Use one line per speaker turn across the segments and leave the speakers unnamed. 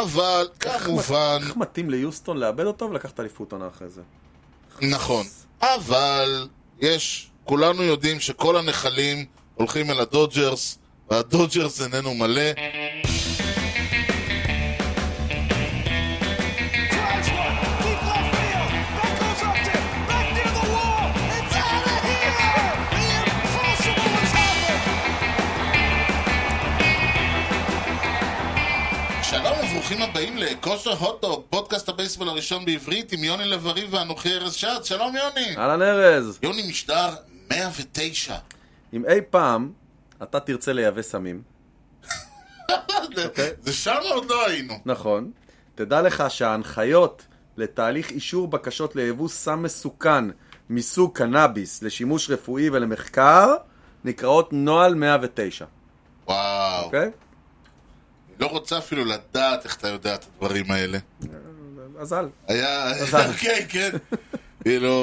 אבל כמובן,
איך מתאים ליוסטון לאבד אותו ולקחת אליפות עונה אחרי זה.
נכון, אבל יש, כולנו יודעים שכל הנחלים הולכים אל הדודג'רס, והדודג'רס איננו מלא.
Drives one, deep left field. That goes up there, back near the wall. It's out of here. The impossible has happened.
שלום וברוכים הבאים לכושר הוטדוג, פודקאסט הבייסבול הראשון בעברית עם יוני לב-ארי ואנוכי ארז שעד, שלום יוני!
אהלן ארז,
יוני משדר 109.
אם אי פעם אתה תרצה לייבא סמים,
זה- זה שם עוד לא היינו.
נכון, תדע לך שההנחיות לתהליך אישור בקשות לייבוא סם מסוכן מסוג קנאביס לשימוש רפואי ולמחקר נקראות נוהל 109,
וואו,
אוקיי?
לא רוצה אפילו לדעת איך אתה יודע את הדברים האלה.
אז אל.
היה,
מזל.
כן, כן. כאילו,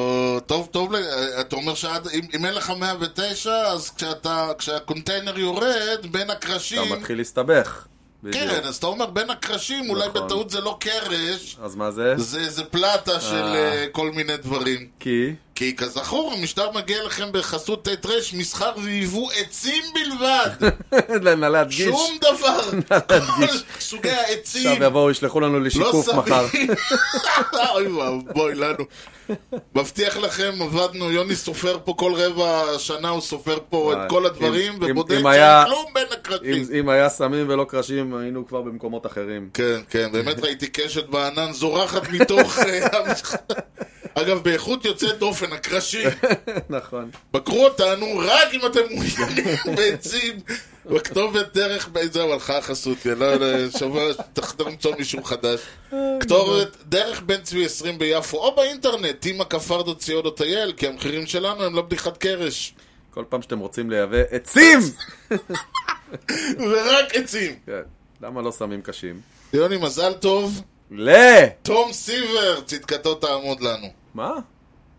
טוב, טוב, ל- אתה אומר שעד, אם, אם אין לך 109, אז כשאתה, כשהקונטיינר יורד, בין
אתה
הקרשים,
מתחיל להסתבך.
כן,
בדיוק.
אז אתה אומר בין הקרשים, אולי
נכון.
בטעות זה לא קרש,
אז מה זה?
זה, זה פלטה של אה, כל מיני דברים.
כי...
כי כזכור, המשטר מגיע לכם בחסות ט' ר' מסחר ויבוא עצים בלבד,
נא להדגיש.
שום דבר, כל סוגי העצים.
עכשיו יבואו, ישלחו לנו
לא
לשיקוף מחר.
סביר. אוי ואבוי לנו. מבטיח לכם, עבדנו, יוני סופר פה כל רבע שנה, הוא סופר פה
וואי,
את כל הדברים,
אה, אם- אם-
ובודק
אם
שאין
היה-
כלום בין
אם,
הקרטים.
אם היה סמים ולא קרשים, היינו כבר במקומות אחרים.
כן, כן, באמת ראיתי קשת בענן זורחת מתוך... אה, המשח- אגב, באיכות יוצאת דופן, הקרשים.
נכון.
בקרו אותנו רק אם אתם מעוניינים בעצים, בכתובת דרך, ב- זהו, הלכה החסות, לא, לא, שבוע, תחתור למצוא מישהו חדש. כתובת דרך בן צבי 20 ביפו, או באינטרנט, טימה כפרדו ציודו טייל, כי המחירים שלנו הם לא בדיחת קרש.
כל פעם שאתם רוצים לייבא עצים!
ורק עצים.
כן. למה לא סמים קשים?
יוני, מזל טוב,
ל...
תום סיבר, צדקתו תעמוד לנו.
מה?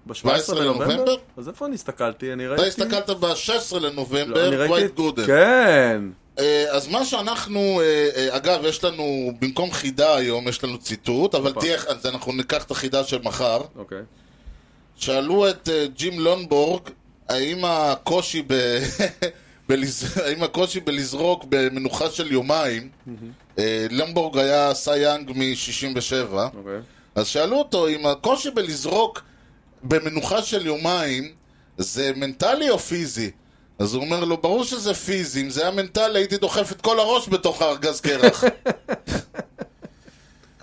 ב-17
בנובמבר?
בנובמבר? אז איפה אני הסתכלתי? אני ראיתי...
אתה הסתכלת ב-16
לא, אני
לנובמבר,
ראיתי-
ווייט גודן.
כן.
אה, אז מה שאנחנו, אה, אה, אגב, יש לנו, במקום חידה היום, יש לנו ציטוט, אבל
אופה.
תהיה, אז אנחנו ניקח את החידה של מחר.
אוקיי.
שאלו את אה, ג'ים לונבורג, האם הקושי, ב... בלז... האם הקושי בלזרוק במנוחה של יומיים, אה, לונבורג היה סי יאנג מ-67,
אוקיי.
אז שאלו אותו אם הקושי בלזרוק במנוחה של יומיים זה מנטלי או פיזי? אז הוא אומר לו, ברור שזה פיזי, אם זה היה מנטלי הייתי דוחף את כל הראש בתוך הארגז קרח.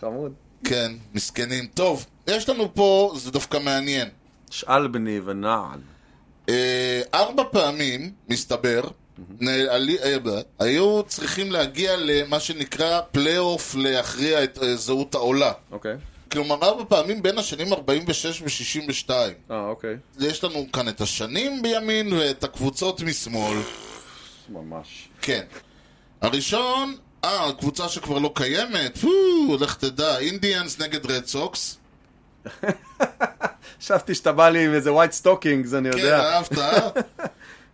חמוד.
כן, מסכנים. טוב, יש לנו פה, זה דווקא מעניין.
שאל בני ונעל.
אה, ארבע פעמים, מסתבר, נעלי- אה, ב- היו צריכים להגיע למה שנקרא פלייאוף להכריע את אה, זהות העולה.
אוקיי.
כלומר, ארבע פעמים בין השנים 46 ו-62.
אה, אוקיי.
יש לנו כאן את השנים בימין ואת הקבוצות משמאל.
ממש.
כן. הראשון, אה, קבוצה שכבר לא קיימת, פו, לך תדע, אינדיאנס נגד רד סוקס.
חשבתי שאתה בא לי עם איזה ווייט סטוקינגס, אני
כן,
יודע. אה,
אהבת, אה?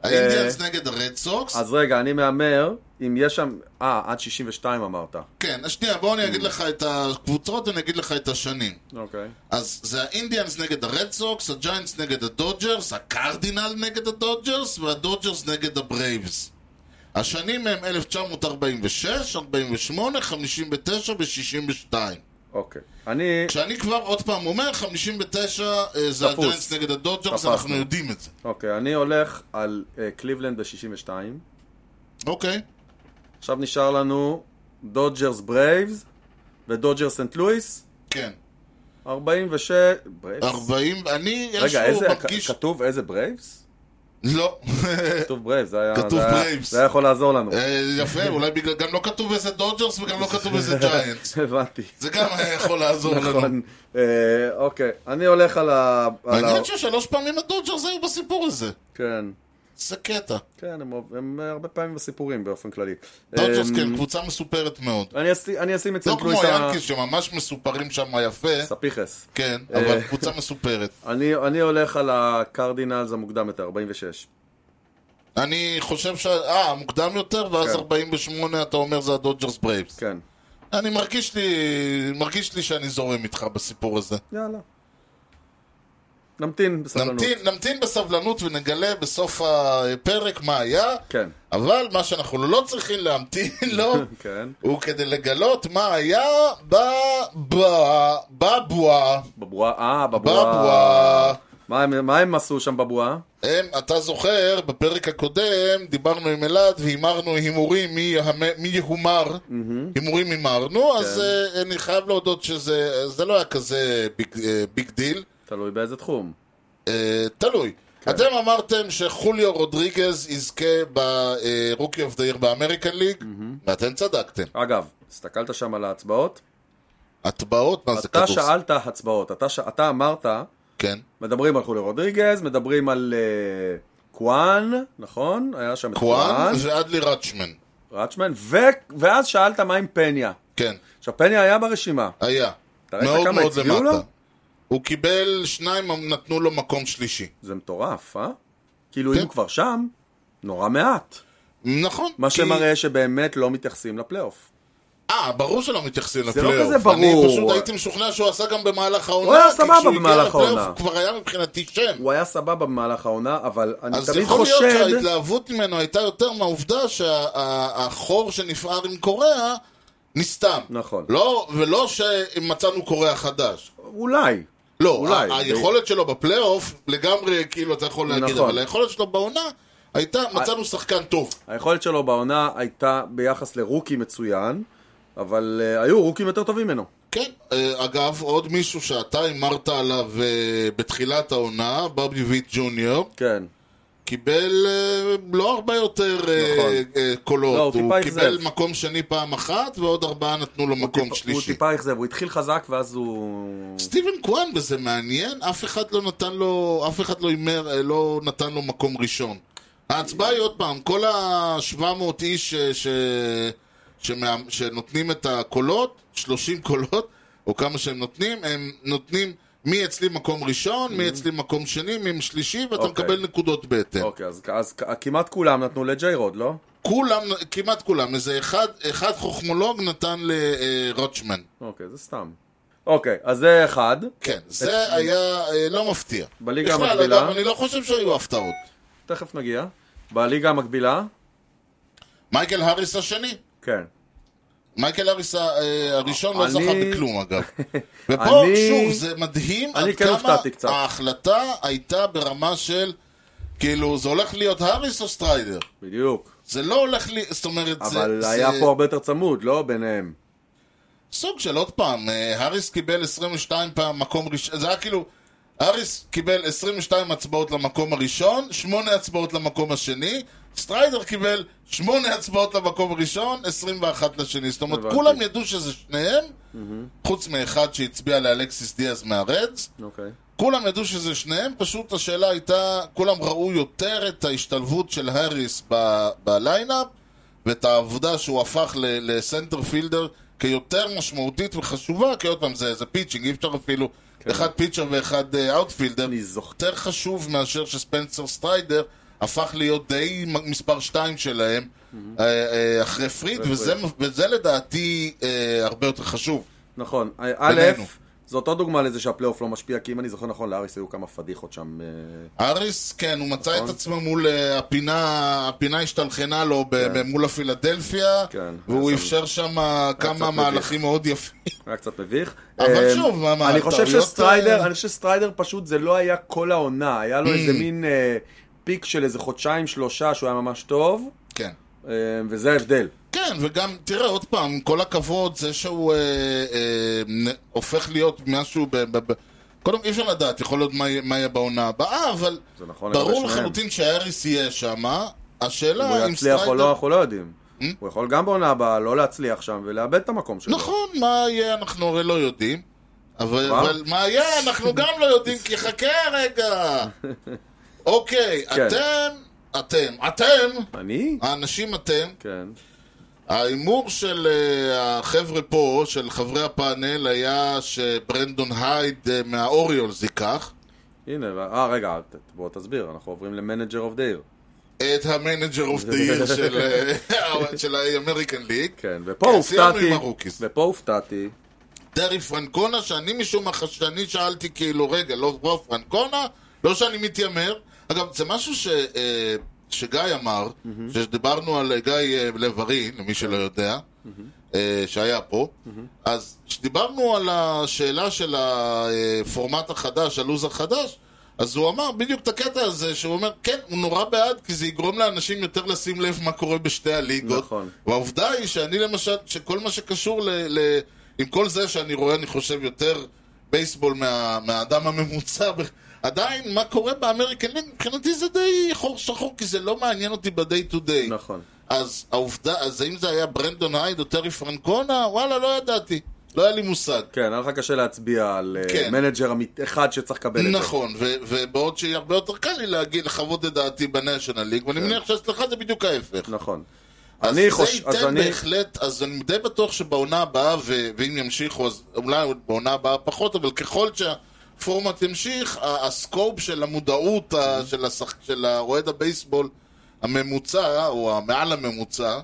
האינדיאנס נגד הרד סוקס.
אז רגע, אני מהמר, אם יש שם... אה, עד 62 אמרת.
כן, שנייה, בואו אני אגיד לך את הקבוצות ואני אגיד לך את השנים.
אוקיי.
אז זה האינדיאנס נגד הרד סוקס, הג'יינטס נגד הדודג'רס, הקרדינל נגד הדודג'רס והדודג'רס נגד הברייבס. השנים הם 1946, 48, 59 ו-62.
אוקיי. אני...
כשאני כבר עוד פעם אומר, 59 אה, זה
תפוס.
הג'יינטס נגד הדודג'רס,
תפסנו.
אנחנו יודעים את זה.
אוקיי, אני הולך על אה, קליבלנד ב-62.
אוקיי,
עכשיו נשאר לנו דודג'רס ברייבס ודודג'ר סנט לואיס.
כן.
46... ברייבס?
40, אני איכשהו
רגע, איזה...
מרגיש...
כ- כתוב איזה ברייבס?
לא.
כתוב ברייבס, זה היה...
כתוב
זה היה-
ברייבס.
זה היה יכול לעזור לנו.
אה, יפה, אולי בגלל... גם לא כתוב איזה דודג'רס וגם לא כתוב איזה ג'יינטס.
הבנתי.
זה גם היה יכול לעזור לנו.
נכון. אה, אוקיי, אני הולך על ה... על ה-
מעניין ששלוש פעמים הדודג'רס היו בסיפור הזה.
כן.
זה קטע.
כן, הם אוהב- הם אה, הרבה פעמים בסיפורים באופן כללי.
דודג'רס,
אה,
כן, קבוצה מסופרת מאוד.
אני אשים- אני אשים את
לא
סנט
כמו
לואיס... ה-
היאנקיס שממש מסופרים שם יפה,
ספיחס.
כן,
אה.
אבל קבוצה מסופרת.
אני, אני הולך על הקרדינלס המוקדם יותר, 46.
אני חושב ש... אה, מוקדם יותר, ואז
כן.
48 אתה אומר זה הדודג'רס ברייבס.
כן.
אני מרגיש לי, מרגיש לי שאני זורם איתך בסיפור הזה.
יאללה. נמתין בסבלנות.
נמתין, נמתין בסבלנות ונגלה בסוף הפרק מה היה,
כן.
אבל מה שאנחנו לא צריכים להמתין לו,
כן.
הוא כדי לגלות מה היה בבועה, בבועה,
בבועה, אה, בבועה.
בבועה.
מה הם- מה הם עשו שם בבועה?
הם, אתה זוכר, בפרק הקודם דיברנו עם אלעד והימרנו הימורים מי, יהמה- מי יהומר, הימורים
כן.
הימרנו, אז אה, אני חייב להודות שזה זה לא היה כזה ביג, אה, ביג דיל.
תלוי באיזה תחום.
אה, תלוי.
כן.
אתם אמרתם שחוליו רודריגז יזכה אה, ברוקי אוף דייר באמריקן ליג, ואתם צדקתם.
אגב, הסתכלת שם על ההצבעות?
הטבעות, מה זה
אתה
כדורסל?
שאלת הצבעות, אתה ש- אתה אמרת,
כן.
מדברים על חולי רודריגז, מדברים על אה, קוואן, נכון? היה שם את
קוואן
קוואן,
ואדלי רצ'מן.
רצ'מן, ו- ואז שאלת מה עם פניה.
כן,
עכשיו, פניה היה ברשימה.
היה.
אתה ראית
מאוד
כמה
מאוד
הצביעו לו?
למטה. הוא קיבל שניים, נתנו לו מקום שלישי.
זה מטורף, אה? כאילו,
כן.
אם הוא כבר שם, נורא מעט.
נכון.
מה
כי-
שמראה שבאמת לא מתייחסים לפלייאוף.
אה, ברור שלא מתייחסים
זה לא
לפלייאוף.
כזה ברור.
אני פשוט הייתי משוכנע שהוא עשה גם במהלך העונה.
היה
כי
סבבה
כשהוא הגיע
במהלך
לפלייאוף
העונה.
הוא כבר היה מבחינתי שם.
הוא היה סבבה במהלך העונה, אבל אני
אז
תמיד
יכול להיות
חושד...
שההתלהבות ממנו הייתה יותר מהעובדה שהחור שנפער עם קוריאה נסתם.
נכון.
לא, ולא שמצאנו קוריאה חדש.
אולי.
לא,
אולי.
ה- היכולת שלו בפלייאוף לגמרי, כאילו, אתה יכול להגיד,
נכון.
אבל היכולת שלו בעונה הייתה, מצאנו שחקן טוב.
היכולת שלו בעונה הייתה ביחס לרוקי מצוין, אבל אה, היו רוקים יותר טובים ממנו.
כן, אה, אגב, עוד מישהו שאתה הימרת עליו אה, בתחילת העונה, בובי ויט ג'וניור,
כן.
קיבל אה, לא הרבה יותר אה,
נכון.
אה, קולות.
לא, הוא טיפה
קיבל
אכזב.
מקום שני פעם אחת, ועוד ארבעה נתנו לו מקום
טיפ-
שלישי. כן.
הוא טיפה אכזב, הוא התחיל חזק ואז הוא...
סטיבן קוואן וזה מעניין, אף אחד לא נתן לו, אף אחד לא הימר, אה, לא נתן לו מקום ראשון. ההצבעה היא עוד פעם, כל ה-700 איש ש, ש, שמה, שנותנים את הקולות, 30 קולות, או כמה שהם נותנים, הם נותנים מי אצלי מקום ראשון, מי אצלי מקום שני, מי שלישי, ואתה
Mm-hmm. אוקיי.
מקבל נקודות בהתאם.
אוקיי, אז- אז כ- כמעט כולם נתנו לג'יי רוד, לא?
כולם, כמעט כולם, איזה אחד, אחד חוכמולוג נתן אה, לרוטשמן.
אוקיי, זה סתם. אוקיי, אז זה אחד.
כן, זה היה אה, לא מפתיע.
בליגה
בכלל,
המקבילה?
אגב, אני לא חושב שהיו הפתעות.
תכף נגיע. בליגה המקבילה?
מייקל האריס השני.
כן.
מייקל האריס אה, הראשון לא
אני-
זכה בכלום אגב. ופה
אני-
שוב זה מדהים
אני
עד
כן
כמה
הופתעתי קצת.
ההחלטה הייתה ברמה של כאילו זה הולך להיות האריס או סטריידר.
בדיוק.
זה לא הולך לי, זאת אומרת
אבל
זה,
היה
זה
פה הרבה יותר צמוד, לא? ביניהם.
סוג של עוד פעם, אה, האריס קיבל 22 פעם מקום ראשון, זה היה כאילו האריס קיבל 22 הצבעות למקום הראשון, 8 הצבעות למקום השני, סטריידר קיבל 8 הצבעות למקום הראשון, 21 לשני. זאת אומרת,
הבנתי.
כולם ידעו שזה שניהם, חוץ מאחד שהצביע לאלכסיס דיאז מהרדס,
אוקיי.
כולם ידעו שזה שניהם, פשוט השאלה הייתה, כולם ראו יותר את ההשתלבות של האריס ב- בליינאפ ואת העובדה שהוא הפך ל- לסנטר פילדר כיותר משמעותית וחשובה, כי עוד פעם זה, זה פיצ'ינג, אי אפשר אפילו אחד פיצ'ר ואחד אה, אאוטפילדר,
אני זוכר.
יותר חשוב מאשר שספנסר סטריידר הפך להיות די מ- מספר שתיים שלהם אה, אה, אחרי פריד, וזה, וזה לדעתי אה, הרבה יותר חשוב.
נכון. א',
בינינו.
זו אותו דוגמה לזה שהפלייאוף לא משפיע, כי אם אני זוכר נכון, לאריס היו כמה פדיחות שם. אה,
האריס, כן, הוא מצא
נכון.
את עצמו מול אה, הפינה, הפינה השתלחנה לו ב- ב- מול הפילדלפיה,
כן,
והוא
היה
אפשר שם כמה
מביך.
מהלכים מאוד יפים.
היה קצת מביך.
אבל
אה,
שוב, מה- מה,
אני חושב
הטעויות,
שסטריידר,
אה, Mm.
אני חושב שסטריידר פשוט זה לא היה כל העונה, היה לו איזה מין אה, פיק של איזה חודשיים, שלושה, שהוא היה ממש טוב,
כן.
אה, וזה ההבדל.
כן, וגם, תראה, עוד פעם, כל הכבוד, זה שהוא אה, אה, נ- הופך להיות משהו ב... ב- ב- קודם, אי אפשר לדעת, יכול להיות מה יהיה- מה יהיה בעונה הבאה, אבל
זה נכון לגבי
ברור
שניהם.
לחלוטין שהאריס יהיה שם,
אם הוא
השאלה אם
יצליח או לא,
סטריידר... Mm?
אנחנו לא יודעים. הוא יכול גם בעונה הבאה לא להצליח שם ולאבד את המקום שלו.
נכון, מה יהיה אנחנו הרי לא יודעים. אבל,
מה?
אבל מה היה אנחנו גם לא יודעים, כי חכה רגע. אוקיי,
כן.
אתם, אתם, אתם,
אני?
אה? האנשים אתם,
כן.
ההימור של אה, החבר'ה פה, של חברי הפאנל, היה שברנדון הייד אה, מהאוריולס ייקח.
הנה, אה רגע, ת- בוא תסביר, אנחנו עוברים למנג'ר אוף דייר.
את המנג'ר אוף דה עיר של, אה, של האמריקן ליג.
כן, ופה
כן,
הופתעתי,
סיימנו עם הרוקיס.
ופה הופתעתי,
טרי פרנקונה, שאני משום מה, שאני שאלתי כאילו, רגע, לא לא פרנקונה? לא שאני מתיימר. אגב, זה משהו ש, אה, שגיא אמר, שדיברנו על אה, גיא אה, לב-ארי, למי שלא יודע, אה, שהיה פה, אז כשדיברנו על השאלה של הפורמט החדש, הלו"ז החדש, אז הוא אמר בדיוק את הקטע הזה, שהוא אומר, כן, הוא נורא בעד, כי זה יגרום לאנשים יותר לשים לב מה קורה בשתי הליגות.
נכון.
והעובדה היא שאני למשל, שכל מה שקשור ל... ל עם כל זה שאני רואה, אני חושב, יותר בייסבול מה, מהאדם הממוצע, ב- עדיין, מה קורה באמריקן ליג, מבחינתי זה די חור שחור, כי זה לא מעניין אותי ב-day to day.
נכון.
אז העובדה, אז האם זה היה ברנדון הייד או טרי פרנקונה? וואלה, לא ידעתי. לא היה לי מושג.
כן, היה לך קשה להצביע על אה,
כן.
מנג'ר אמית- אחד שצריך לקבל את זה.
נכון, ו- ובעוד שיהיה הרבה יותר קל לי להגיד, לחוות את דעתי בניישנל ליג, ואני מניח שאצלך זה בדיוק ההפך.
נכון.
אז
אני
זה
חוש-
ייתן
אז אני-
בהחלט, אז אני די בטוח שבעונה הבאה, ו- ואם ימשיכו, אז אולי עוד בעונה הבאה פחות, אבל ככל שהפורמט ימשיך, ה- הסקופ של המודעות
אוקיי.
ה- של השח- של האוהד הבייסבול הממוצע, או המעל הממוצע,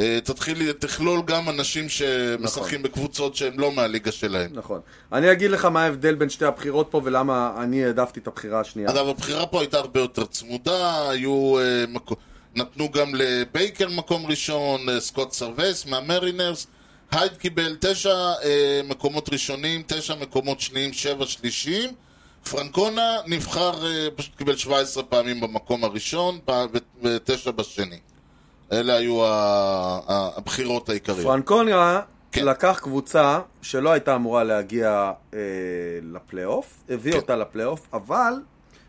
אה, תתחיל, תכלול גם אנשים שמשחקים בקבוצות שהן לא מהליגה שלהם.
נכון. אני אגיד לך מה ההבדל בין שתי הבחירות פה ולמה אני העדפתי את הבחירה השנייה.
אגב, הבחירה פה הייתה הרבה יותר צמודה, היו... אה, מקו- נתנו גם לבייקר מקום ראשון, אה, סקוט סרווס מהמרינרס, הייד קיבל תשע אה, מקומות ראשונים, תשע מקומות שניים, שבע שלישים. פרנקונה נבחר, אה, פשוט קיבל 17 פעמים במקום הראשון פעם- ו- ותשע בשני. אלה היו ה- ה- הבחירות העיקריות.
פרנקוניה
כן.
לקח קבוצה שלא הייתה אמורה להגיע אה, לפלייאוף, הביא
כן.
אותה לפלייאוף, אבל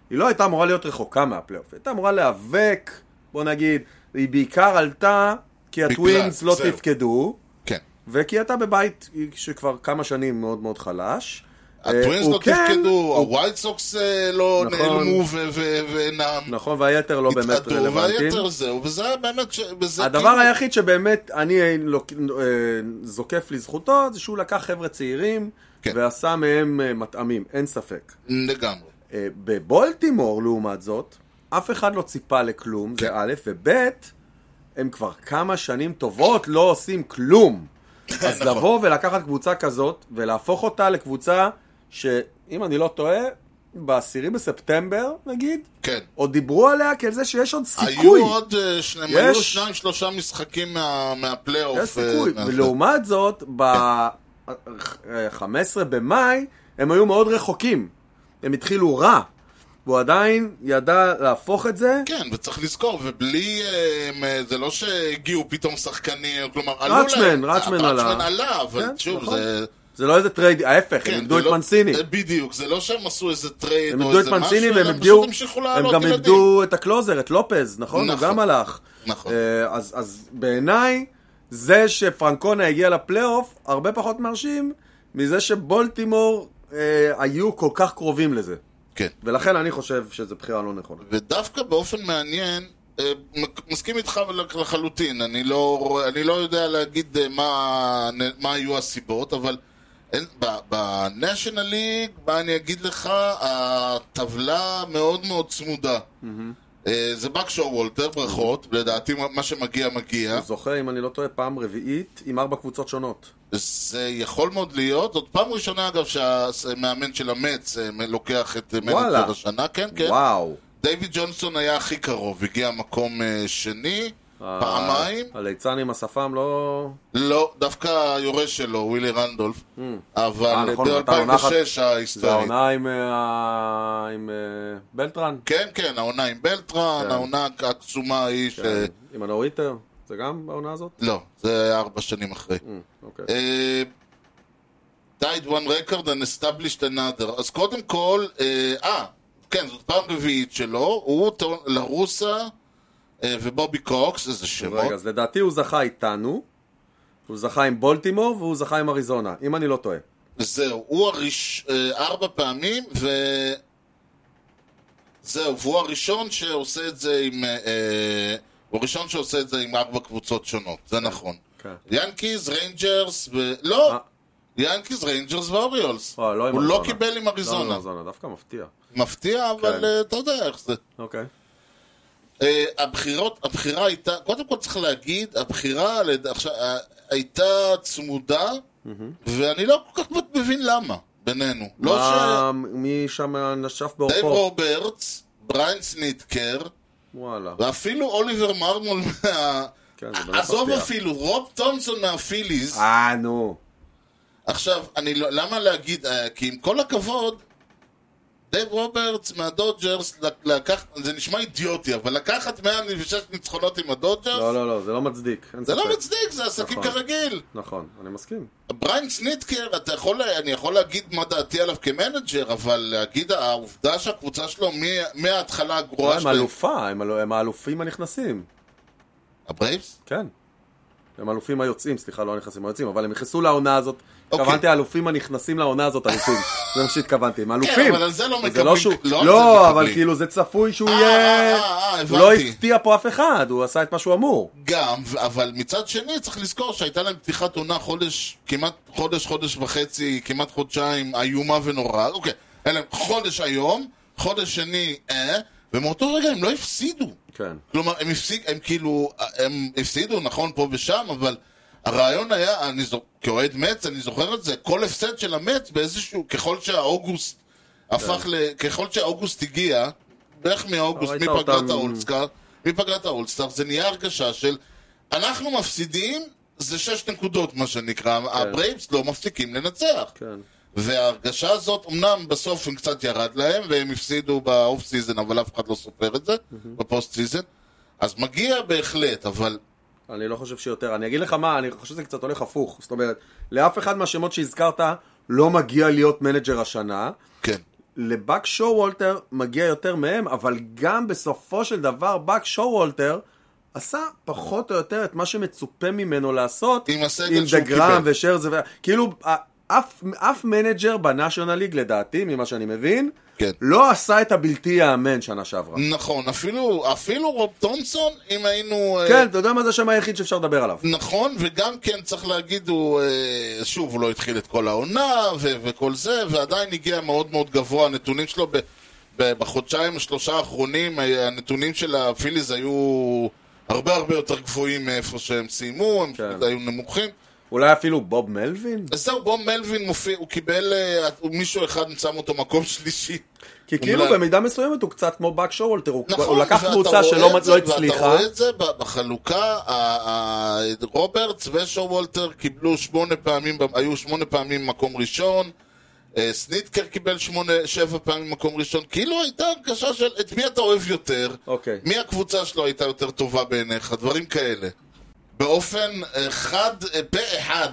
היא לא הייתה אמורה להיות רחוקה מהפלייאוף. היא הייתה אמורה להיאבק, בוא נגיד, היא בעיקר עלתה כי הטווינס לא
זהו.
תפקדו,
כן.
וכי היא הייתה בבית שכבר כמה שנים מאוד מאוד חלש.
הטווינס
אה,
לא
הוא כן-
תפקדו, הווייד סוקס אה, לא
נכון.
נעלמו ו- ו- ואינם.
נכון, והיתר לא באמת
התאדו,
רלוונטיים.
והיתר כאילו- זהו, וזה היה באמת, ש... וזה
הדבר היחיד שבאמת אני לוק- אה, זוקף לזכותו, זה שהוא לקח חבר'ה צעירים,
כן.
ועשה מהם אה, מטעמים, אין ספק.
לגמרי.
אה, בבולטימור, לעומת זאת, אף אחד לא ציפה לכלום, זה
כן.
א', וב', הם כבר כמה שנים טובות לא עושים כלום. אז
נכון.
לבוא ולקחת קבוצה כזאת, ולהפוך אותה לקבוצה שאם אני לא טועה, ב-10 בספטמבר, נגיד,
כן.
עוד דיברו עליה כעל זה שיש עוד סיכוי.
היו עוד אה, שני-
יש.
היו שניים, שלושה משחקים מה- מהפלייאוף.
יש סיכוי.
אה, מה-
ולעומת זאת, ב-15 במאי הם היו מאוד רחוקים. הם התחילו רע. והוא עדיין ידע להפוך את זה.
כן, וצריך לזכור, ובלי, אה, אה, זה לא שהגיעו פתאום שחקנים, כלומר, עלו
רצ'מן,
להם.
רצ'מן עלה.
רצ'מן עלה, אבל
כן,
שוב,
נכון.
זה...
זה לא איזה טרייד, ההפך, הם
כן,
איבדו
זה
את
לא-
מנסיני.
אה, בדיוק, זה לא שהם עשו איזה טרייד
הם
או
איבדו את
איזה משהו,
מנסיני והם
פשוט
איבדו,
המשיכו
הם
לעלות
גם
ילדים.
איבדו את הקלוזר, את לופז, נכון? הוא
נכון.
גם הלך.
נכון.
אה, אז אז בעיניי, זה שפרנקונה הגיע לפלייאוף, הרבה פחות מרשים מזה שבולטימור אה, היו כל כך קרובים לזה.
כן.
ולכן אני חושב שזו בחירה לא נכונה.
ודווקא באופן מעניין, אה, מק- מסכים איתך לח- לחלוטין, אני לא, רוא- אני לא יודע להגיד אה, מה, נ- מה היו הסיבות, אבל בניישנל ליג, מה אני אגיד לך, הטבלה מאוד מאוד צמודה. אה, זה בק שואו וולטר, ברכות, לדעתי מה- מה שמגיע מגיע.
הוא זוכה, אם אני לא טועה, פעם רביעית עם ארבע קבוצות שונות.
זה יכול מאוד להיות, זאת פעם ראשונה אגב שהמאמן של המץ אה, לוקח את אה,
וואלה.
מנטר השנה, כן כן.
וואו.
דייוויד ג'ונסון היה הכי קרוב, הגיע מקום אה, שני,
אה,
פעמיים.
ה- הליצן עם השפם לא...
לא, דווקא היורש שלו, ווילי רנדולף,
אה,
אבל
נכון, הייתה עונה אחת-
ב-2006
זה
ההיסטורית.
העונה עם, אה, עם אה, בלטרן?
כן, כן, העונה עם בלטרן,
כן.
העונה העצומה ההיא ש...
אה, עם הנוריטר? זה גם בעונה הזאת?
לא, זה היה ארבע שנים אחרי.
אה, אוקיי.
אה, died one record and established another. אז קודם כל, אה, אה, כן, זאת פעם רביעית שלו, הוא טון- לרוסה אה, ובובי קוקס, איזה שמות.
רגע, אז לדעתי הוא זכה איתנו, הוא זכה עם בולטימור והוא זכה עם אריזונה, אם אני לא טועה.
זהו, הוא הראש... אה, ארבע פעמים, ו... זהו, והוא הראשון שעושה את זה עם... אה, אה, הוא הראשון שעושה את זה עם ארבע קבוצות שונות, זה נכון.
כן.
ינקיז, ריינג'רס ו... לא!
אה.
ינקיז, ריינג'רס ואוריולס.
אה, לא עם
הוא לא
אריזונה.
קיבל עם
לא עם
אריזונה.
אריזונה, דווקא מפתיע.
מפתיע, אבל
כן.
אה, אתה יודע איך זה.
אוקיי.
אה, הבחירות, הבחירה הייתה, קודם כל צריך להגיד, הבחירה לד- עכשיו, אה, הייתה צמודה, ואני לא כל כך מבין למה, בינינו. לא ש...
מה- מי שם נשף
דייב
בעורפו?
רוברטס, בריין סניטקר,
וואלה.
ואפילו אוליבר מרמול מה...
כן, זה באמת
עזוב
מפתיע.
אפילו, רוב טומפסון מהפיליז.
אה, נו.
עכשיו, אני לא, למה להגיד, אה, כי עם כל הכבוד, דייב רוברטס מהדודג'רס לקח, זה נשמע אידיוטי, אבל לקחת 106 ניצחונות עם הדודג'רס,
לא, לא, לא, זה לא מצדיק. אין
זה לא
ספק.
מצדיק, זה עסקים
נכון.
כרגיל.
נכון, אני מסכים.
בריין סניטקר, אתה יכול, אני יכול להגיד מה דעתי עליו כמנג'ר, אבל להגיד, העובדה שהקבוצה שלו מה- מההתחלה הגרועה
לא, הם
שלהם...
אלופה, הם אלו- הם האלופים הנכנסים.
הברייבס?
כן. הם אלופים היוצאים, סליחה, לא הנכנסים היוצאים, אבל הם נכנסו לעונה הזאת.
אוקיי.
התכוונתי האלופים הנכנסים לעונה הזאת, אלופים. זה מה שהתכוונתי, הם אלופים.
אבל על זה לא
וזה
מקבלים-
שהוא-
לא, על זה
לא,
מקבלים.
אבל כאילו זה צפוי שהוא
אה,
יהיה...
אה, אה,
הוא לא
הבנתי.
הפתיע פה אף אחד, הוא עשה את מה שהוא אמור.
גם, ו- אבל מצד שני צריך לזכור שהייתה להם פתיחת עונה חודש, כמעט חודש, חודש וחצי, כמעט חודשיים, איומה ונוראה. אוקיי, היה להם חודש היום, חודש שני, אה, ומאותו רגע הם לא הפסידו.
כן.
כלומר, הם הפסיק, הם כאילו, הם הפסידו, נכון, פה ושם, אבל הרעיון היה, אני זוכ... כאוהד מצ, אני זוכר את זה, כל הפסד של המץ באיזשהו, ככל שהאוגוסט הפך ל... ככל שהאוגוסט הגיע, בערך מאוגוסט,
ראית
מפגרת
אותם-
האולסטאר, מפגרת האולסטאר, זה נהיה הרגשה של אנחנו מפסידים, זה שש נקודות, מה שנקרא, הברייבס לא מפסיקים לנצח.
כן.
וההרגשה הזאת, אמנם בסוף הם קצת ירד להם, והם הפסידו באוף סיזן, אבל אף אחד לא סופר את זה, בפוסט סיזן. אז מגיע בהחלט, אבל...
אני לא חושב שיותר. אני אגיד לך מה, אני חושב שזה קצת הולך הפוך. זאת אומרת, לאף אחד מהשמות שהזכרת לא מגיע להיות מנג'ר השנה.
כן.
לבאק שואוולטר מגיע יותר מהם, אבל גם בסופו של דבר באק שואוולטר עשה פחות או יותר את מה שמצופה ממנו לעשות
עם הסגל
עם
שהוא
דגרם
קיבל.
ושרז ו... כאילו, א- אף, אף מנג'ר בנאשונל ליג, לדעתי, ממה שאני מבין,
כן.
לא עשה את הבלתי ייאמן שנה שעברה.
נכון, אפילו, אפילו רוב תומסון, אם היינו... אה,
כן, אתה יודע מה זה השם היחיד שאפשר לדבר עליו.
נכון, וגם כן צריך להגיד, הוא אה, שוב, הוא לא התחיל את כל העונה ו- וכל זה, ועדיין הגיע מאוד מאוד גבוה. הנתונים שלו ב- ב- בחודשיים, שלושה האחרונים, אה, הנתונים של הפיליז היו הרבה הרבה יותר גבוהים מאיפה שהם סיימו, הם
כן.
היו נמוכים.
אולי אפילו בוב מלווין?
אז זהו, בום מלווין מופיע, הוא קיבל, אה, הוא- מישהו אחד שם אותו מקום שלישי.
כי כאילו
אולי. במידה
במידה מסוימת הוא קצת כמו באק שואוולטר, הוא
נכון,
הוא לקח
ואתה
קבוצה
רואה
שלא
את
מצ-
זה-
לא הצליחה.
ואתה רואה את זה ב- בחלוקה, ה- ה- רוברטס ושואוולטר קיבלו שמונה פעמים, ב- היו שמונה פעמים מקום ראשון, אה, סניטקר קיבל שמונה, שבע פעמים מקום ראשון, כאילו הייתה הרגשה של את מי אתה אוהב יותר,
אוקיי.
מי הקבוצה שלו הייתה יותר טובה בעיניך, דברים כאלה. באופן אה, חד, אה, פה אחד,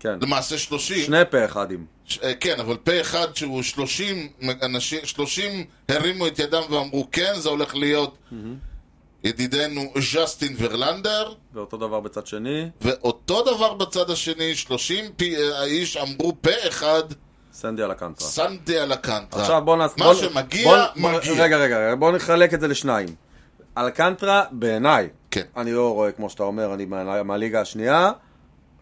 כן.
למעשה שלושים.
שני פה אחדים.
ש- אה, כן, אבל פה אחד שהוא 30 אנשים, 30 הרימו את ידם ואמרו כן, זה הולך להיות ידידנו ז'סטין ורלנדר,
ואותו דבר בצד שני,
ואותו דבר בצד השני, 30 פי- אה, האיש אמרו פה אחד,
סנדי על הקנטרה.
סנדי על הקנטרה.
אה. עכשיו בוא נעשה...
מה
בוא-
שמגיע,
בוא-
מגיע.
רגע, רגע, רגע, בוא נחלק את זה לשניים. אלקנטרה, בעיניי,
כן.
אני לא רואה, כמו שאתה אומר, אני מה- מהליגה השנייה,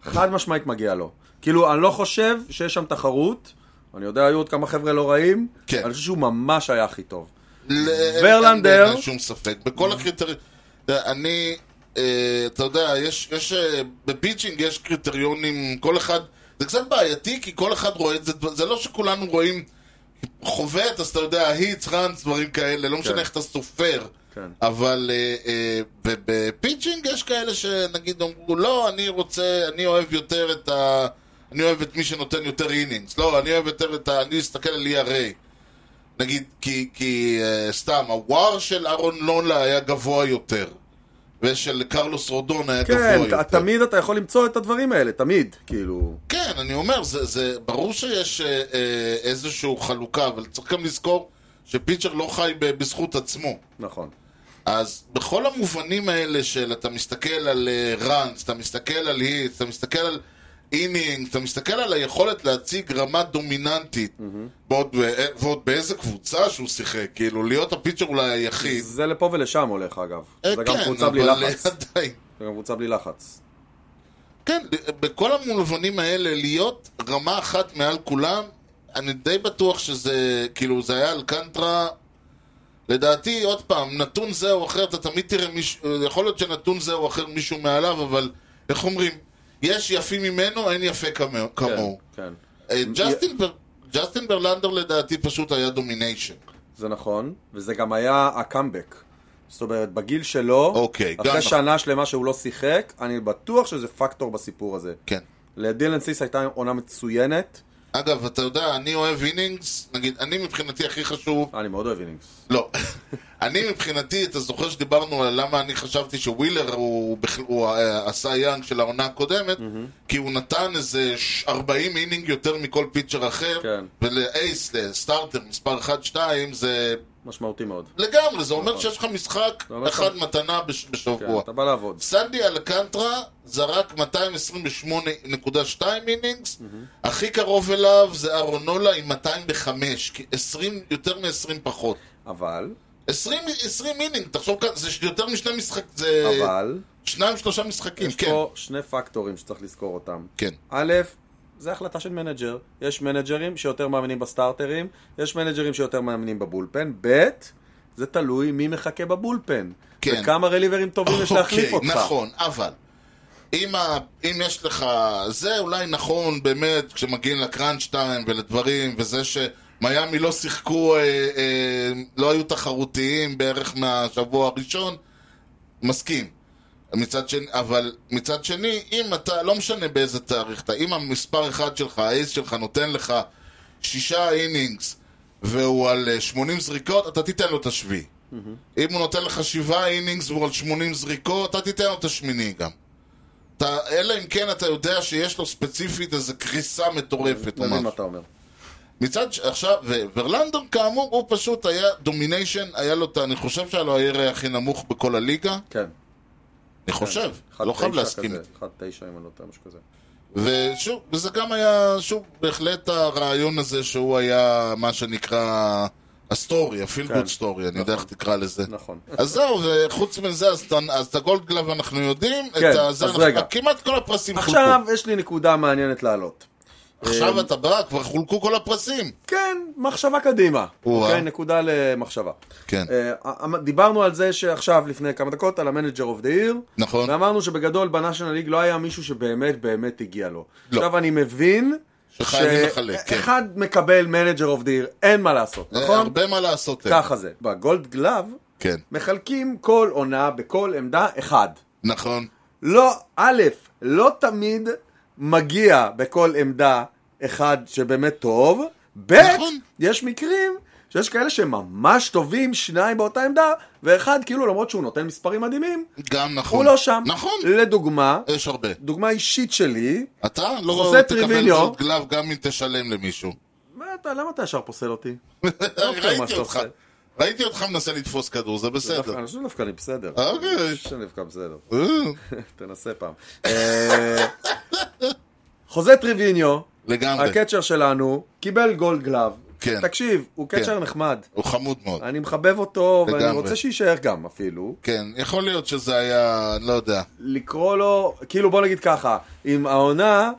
חד משמעית מגיע לו. כאילו, אני לא חושב שיש שם תחרות, אני יודע, היו עוד כמה חבר'ה לא רעים,
כן.
אני חושב שהוא ממש היה הכי טוב.
ל-
ורלנדר. Mm-hmm.
אין בעיניי שום ספק, בכל הקריטריונים. אני, אה, אתה יודע, יש, יש, אה, בפיצ'ינג יש קריטריונים, כל אחד, זה קצת בעייתי, כי כל אחד רואה את זה, זה לא שכולנו רואים חובט, אז אתה יודע, היטס, ראנס, דברים כאלה, לא משנה
כן.
איך אתה סופר.
כן.
אבל אה, אה, ב- בפיצ'ינג יש כאלה שנגיד אמרו, לא, אני רוצה, אני אוהב יותר את ה... אני אוהב את מי שנותן יותר אינינגס. לא, אני אוהב יותר את ה... אני אסתכל על E ERA. נגיד, כי, כי אה, סתם, הוואר של אהרון לונה היה גבוה יותר. ושל קרלוס רודון היה גבוה
כן,
יותר.
ת- תמיד אתה יכול למצוא את הדברים האלה, תמיד, כאילו.
כן, אני אומר, זה, זה ברור שיש אה, אה, איזושהי חלוקה, אבל צריך גם לזכור שפיצ'ר לא חי ב, בזכות עצמו.
נכון.
אז בכל המובנים האלה של אתה מסתכל על אה, ראנס, אתה מסתכל על היט, אתה מסתכל על אינינג, אתה מסתכל על היכולת להציג רמה דומיננטית, ועוד, ב- ועוד באיזה קבוצה שהוא שיחק, כאילו להיות הפיצ'ר אולי היחיד.
זה לפה ולשם הולך, אגב.
כן. אה,
זה גם
כן,
קבוצה בלי
אבל,
לחץ.
אה, עדיין.
זה גם קבוצה בלי לחץ.
כן, בכל המובנים האלה, להיות רמה אחת מעל כולם, אני די בטוח שזה, כאילו, זה היה אלקנטרה לדעתי, עוד פעם, נתון זה או אחר, אתה תמיד תראה מישהו, יכול להיות שנתון זה או אחר מישהו מעליו, אבל איך אומרים, יש יפים ממנו, אין יפה כמוהו.
כן,
כמוהו.
כן.
אה, ג'סטין בר- ג'סטין ברלנדר לדעתי פשוט היה דומיניישן.
זה נכון, וזה גם היה הקאמבק. זאת אומרת, בגיל שלו,
אוקיי, גם
אחרי
נכון.
שנה שלמה שהוא לא שיחק, אני בטוח שזה פקטור בסיפור הזה.
כן.
לדילן סיס הייתה עונה מצוינת,
אגב, אתה יודע, אני אוהב אינינגס, נגיד, אני מבחינתי הכי חשוב,
אה, אני מאוד אוהב אינינגס.
לא, אני מבחינתי, אתה זוכר שדיברנו על למה אני חשבתי שווילר הוא, בכ- הוא אה, עשה יאנג של העונה הקודמת, כי הוא נתן איזה ש- 40 אינינג יותר מכל פיצ'ר אחר,
כן.
ולאייס, לסטארטר, מספר 1-2, זה
משמעותי מאוד.
לגמרי, זה אומר שיש לך משחק
נכון. זה אומר
אחד
שאתה-
מתנה בש-
כן,
בשבוע.
אתה בא לעבוד.
סנדי אלקנטרה זרק 228.2 אינינגס, הכי קרוב אליו זה אהרונולה עם 205, כי 20, יותר מ-20 פחות.
אבל,
20, 20 אינינג, תחשוב כאן, זה יותר משני משחקים, זה
אבל,
שניים שלושה משחקים,
יש
אה, כן,
פה שני פקטורים שצריך לזכור אותם.
כן.
א', זה החלטה של מנג'ר. יש מנג'רים שיותר מאמינים בסטארטרים, יש מנג'רים שיותר מאמינים בבולפן. ב', זה תלוי מי מחכה בבולפן.
כן.
וכמה רליברים טובים יש להחליף אותך.
אוקיי, נכון, אבל אם, ה... אם יש לך... זה אולי נכון באמת כשמגיעים לקראנץ' טיים ולדברים, וזה שמיאמי לא שיחקו, אה, אה, לא היו תחרותיים בערך מהשבוע הראשון, מסכים. מצד שני, אבל מצד שני, אם אתה, לא משנה באיזה תאריך אתה, אם המספר אחד שלך, האייס שלך, נותן לך שישה אינינגס והוא על אה, 80 זריקות, אתה תיתן לו את השביעי. אם הוא נותן לך שבעה אינינגס והוא על 80 זריקות, אתה תיתן לו את השמיני גם. אתה, אלא אם כן אתה יודע שיש לו ספציפית איזו קריסה מטורפת או
מבין מה
משהו.
אתה אומר.
מצד ש... עכשיו, וורלנדר כאמור, הוא פשוט היה דומיניישן, היה לו את, ה- אני חושב שהיה לו ה-ERA הכי נמוך בכל הליגה.
כן.
אני חושב,
אחד
לא חייב
תשע
להסכים.
כזה, אחד תשע אם אני לא טועה, משהו כזה.
ושוב, וזה גם היה, שוב, בהחלט הרעיון הזה שהוא היה מה שנקרא הסטורי, הפיל
כן.
גוד סטורי, אני יודע איך תקרא לזה.
נכון.
אז זהו, וחוץ מזה, אז את ה- אז את הגולד גלב אנחנו יודעים,
כן,
את
אז
הזה, אנחנו-
רגע.
כמעט כל הפרסים
עכשיו
חולקו.
יש לי נקודה מעניינת להעלות.
עכשיו אתה בא, כבר חולקו כל הפרסים. אה,
כן, מחשבה קדימה.
או-אה.
אוקיי, נקודה למחשבה.
כן,
אה, אמ- דיברנו על זה שעכשיו, לפני כמה דקות, על המנג'ר אוף דה עיר.
נכון.
ואמרנו שבגדול בנאשונל ליג לא היה מישהו שבאמת באמת הגיע לו.
לא.
עכשיו אני מבין...
שחייבים לחלק, כן.
שאחד מקבל מנג'ר אוף דיר, אין מה לעשות,
אה,
נכון?
הרבה מה לעשות. אה.
ככה זה. בגולד גלאב
כן,
מחלקים כל עונה בכל עמדה אחד.
נכון.
לא, א', לא תמיד מגיע בכל עמדה אחד שבאמת טוב, ב',
נכון.
יש מקרים שיש כאלה שממש טובים, שניים באותה עמדה, ואחד כאילו למרות שהוא נותן מספרים מדהימים,
גם נכון.
הוא לא שם.
נכון,
לדוגמה,
יש הרבה.
דוגמה אישית שלי,
אתה לא
חוזה
תקבל
טריוויליו.
גולד גלב גם אם תשלם למישהו.
מה אתה, למה אתה ישר פוסל אותי? מה
ראיתי
שאתה
אותך,
לא עושה.
ראיתי אותך מנסה לתפוס כדור, זה בסדר.
דווקא- אני חושב שדווקא אני בסדר.
אוקיי.
אני חושב שאני דווקא בסדר.
אה,
תנסה פעם. אה, חוזה טריוויניו,
לגמרי,
הקצ'ר שלנו, קיבל גולד גלאב.
כן.
תקשיב, הוא קצ'ר נחמד.
הוא חמוד מאוד.
אני מחבב אותו, ואני
לגמרי.
רוצה שיישאר גם אפילו.
כן, יכול להיות שזה היה, לא יודע.
לקרוא לו, כאילו בוא נגיד ככה, אם העונה,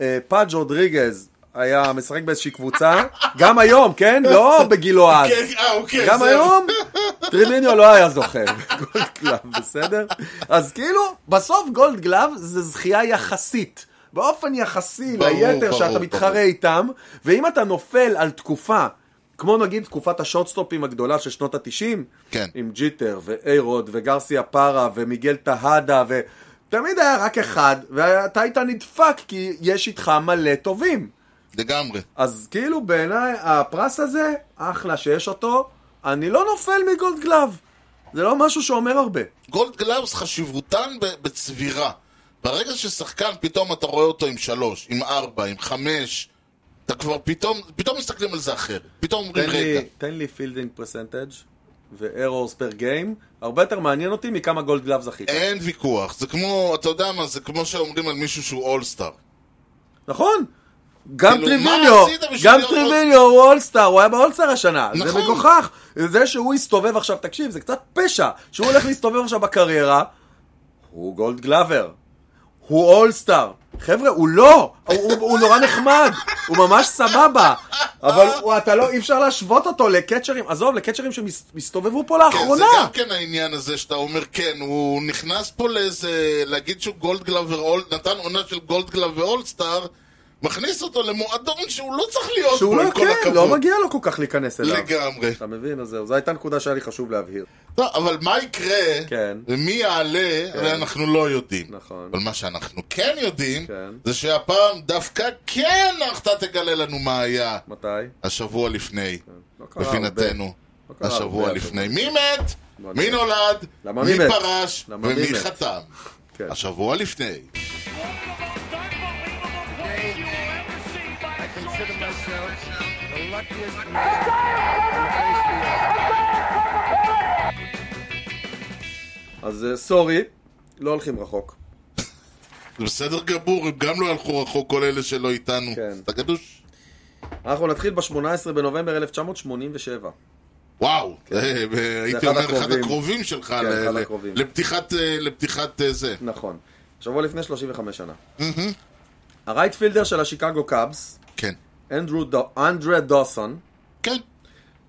אה, פאג' רודריגז היה משחק באיזושהי קבוצה, גם היום, כן? לא בגילו אז.
אה, אוקיי.
גם
זהו.
היום טריליניו לא היה זוכה בגולד גלאב, בסדר? אז כאילו, בסוף גולד גלאב זה זכייה יחסית. באופן יחסי
ברור,
ליתר
ברור,
שאתה
ברור.
מתחרה איתם, ואם אתה נופל על תקופה, כמו נגיד תקופת השורטסטופים הגדולה של שנות התשעים,
כן.
עם ג'יטר ואיירוד וגרסיה פארה ומיגל טהדה ו... תמיד היה רק אחד, ואתה היית נדפק כי יש איתך מלא טובים.
לגמרי.
אז כאילו בעיניי הפרס הזה, אחלה שיש אותו, אני לא נופל מגולד גלאב. זה לא משהו שאומר הרבה.
גולד גלאבס חשיבותן ב- בצבירה. ברגע ששחקן, פתאום אתה רואה אותו עם שלוש, עם ארבע, עם חמש, אתה כבר פתאום, פתאום מסתכלים על זה אחרת. פתאום אומרים,
תן
רגע.
לי, תן לי פילדינג פרסנטג' ואירורס פר גיים, הרבה יותר מעניין אותי מכמה גולד גלאב זכית.
אין ויכוח. זה כמו, אתה יודע מה, זה כמו שאומרים על מישהו שהוא אולסטאר.
נכון? גם
כאילו,
טריוויניו,
מה עשית בשביל
גם
להיות
טריוויניו הוא אולסטאר, הוא היה באולסטאר השנה, זה
נכון.
מגוחך. זה שהוא הסתובב עכשיו, תקשיב, זה קצת פשע, שהוא הולך להסתובב עכשיו בקריירה, הוא גולד גלאבר, הוא אולסטאר. חבר'ה, הוא לא, הוא- הוא הוא נורא נחמד, הוא ממש סבבה. אבל הוא- אתה לא, אי אפשר להשוות אותו לקצ'רים, עזוב, לקצ'רים שהסתובבו פה
כן, זה
לאחרונה.
גם כן העניין הזה שאתה אומר, כן, הוא נכנס פה לאיזה, להגיד שהוא גולדגלב ואול, נתן עונה של גולדגלב ואולסטאר, מכניס אותו למועדון שהוא לא צריך להיות
שהוא
בו,
לא,
עם כל
כן,
הכבוד.
לא מגיע לו כל כך להיכנס אליו.
לגמרי.
אתה מבין? אז זהו, זו הייתה נקודה שהיה לי חשוב להבהיר.
טוב, אבל מה יקרה,
כן.
ומי יעלה, הרי אנחנו לא יודעים.
נכון.
אבל מה שאנחנו כן יודעים,
כן.
זה שהפעם דווקא כן אתה תגלה לנו מה היה
מתי?
השבוע לפני,
לא קרה הרבה.
בפינתנו.
לא קרה
השבוע
הרבה,
לפני. מי מת?
בוא
מי
נראה.
נולד?
למה
מי
מי מת?
פרש?
למה מי
ומי
מת?
חתם?
כן.
השבוע לפני.
I consider myself the luckiest man.
אז אה, סורי, לא הולכים רחוק.
זה בסדר גמור, הם גם לא הלכו רחוק, כל אלה שלא איתנו.
כן.
אתה גדוש?
אנחנו נתחיל ב-18 בנובמבר 1987.
וואו, אה, אה, הייתי
כן. אחד
אומר אחד
הקרובים.
הקרובים שלך
כן,
ל-
אחד
ל-
הקרובים.
לפתיחת, אה, לפתיחת אה, זה.
נכון. שבוע לפני 35 שנה.
Mm-hmm.
הרייטפילדר של השיקגו קאבס,
כן.
אנדרו דו- אנדרה דוסון,
כן,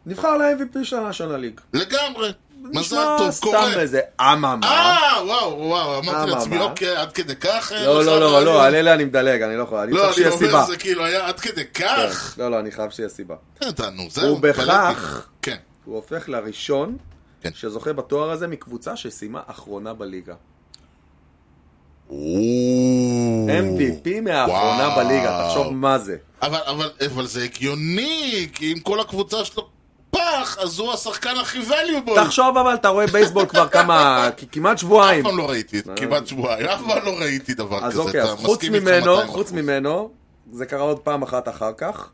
נבחר ל-MVP של השנה ליג.
לגמרי. מזל
נשמע
טוב,
סתם
קורה.
איזה אממה.
אה, וואו, וואו, אמרתי
אממה.
לעצמי, אוקיי, עד כדי כך? אה,
לא, לא,
בכלל
לא, לא,
היה-
על אלה אני מדלג, אני לא יכול, אני
לא,
צריך
אני
שיהיה
אומר
סיבה.
את זה כאילו, היה עד כדי כך?
לא, לא, אני חייב שיהיה סיבה.
כן, תענו, זהו.
ובכך-
קלטתי. כן.
הוא הופך לראשון
כן.
שזוכה בתואר הזה מקבוצה שסיימה אחרונה בליגה. MVP מהאחרונה
וואו.
בליגה, תחשוב מה זה.
אבל, אבל, אבל זה הגיוני, כי אם כל הקבוצה שלו פח, אז הוא השחקן הכי valuable.
תחשוב אבל, אתה רואה בייסבול כבר כמה, כ- כמעט
אף
שבועיים.
פעם לא ראיתי, כמעט שבועיים, אף פעם לא ראיתי דבר
אז
כזה.
אוקיי, אז
אתה
חוץ
מסכים איתך
ממנו,
200%.
חוץ ממנו, זה קרה עוד פעם אחת אחר כך,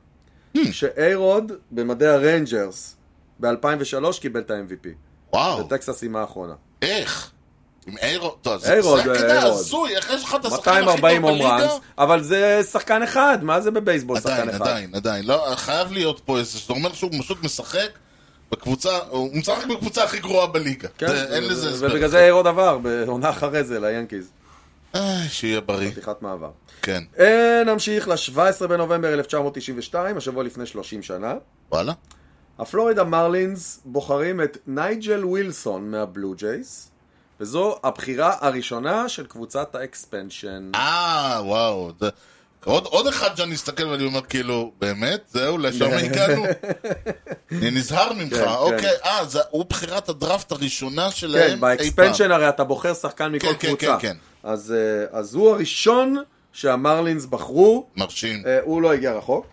Hmm.
שאיירוד במדי הריינג'רס ב-2003 קיבל את ה-MVP.
Oh. וואו,
וטקסס עם האחרונה.
איך? עם איירוד, טוב, זה
איירוד,
זה הקטע
איירוד.
הזוי, איך יש לך את השחקן הכי טוב
240 הום
בליגה?
ראנס, אבל זה שחקן אחד, מה זה בבייסבול
עדיין,
שחקן אחד?
עדיין, עדיין, לא, חייב להיות פה איזה, זאת אומרת שהוא פשוט משחק בקבוצה, הוא משחק בקבוצה הכי גרועה בליגה.
כן,
זה- אין
ו-
לזה
ובגלל
הסבר.
זה איירוד עבר, בעונה אחרי זה, ליאנקיז.
אה, שיהיה בריא,
פתיחת מעבר.
כן.
אה, נמשיך ל-17 בנובמבר 1992, השבוע לפני 30 שנה.
וואלה?
הפלורידה מרלינס בוחרים את נייג'ל ווילסון מהבלו ג'ייס, וזו הבחירה הראשונה של קבוצת האקספנשן.
אה, וואו. זה... עוד, עוד אחד שאני מסתכל ואני אומר, כאילו, באמת? זהו, לשם הגענו? אני נזהר ממך,
כן.
אוקיי. אה, זה, הוא בחירת הדראפט הראשונה שלהם
כן,
אי פעם.
באקספנשן הרי אתה בוחר שחקן מכל
כן, כן,
קבוצה.
כן, כן.
אז, אה, אז הוא הראשון שהמרלינס בחרו,
מרשים.
אה, הוא לא הגיע רחוק,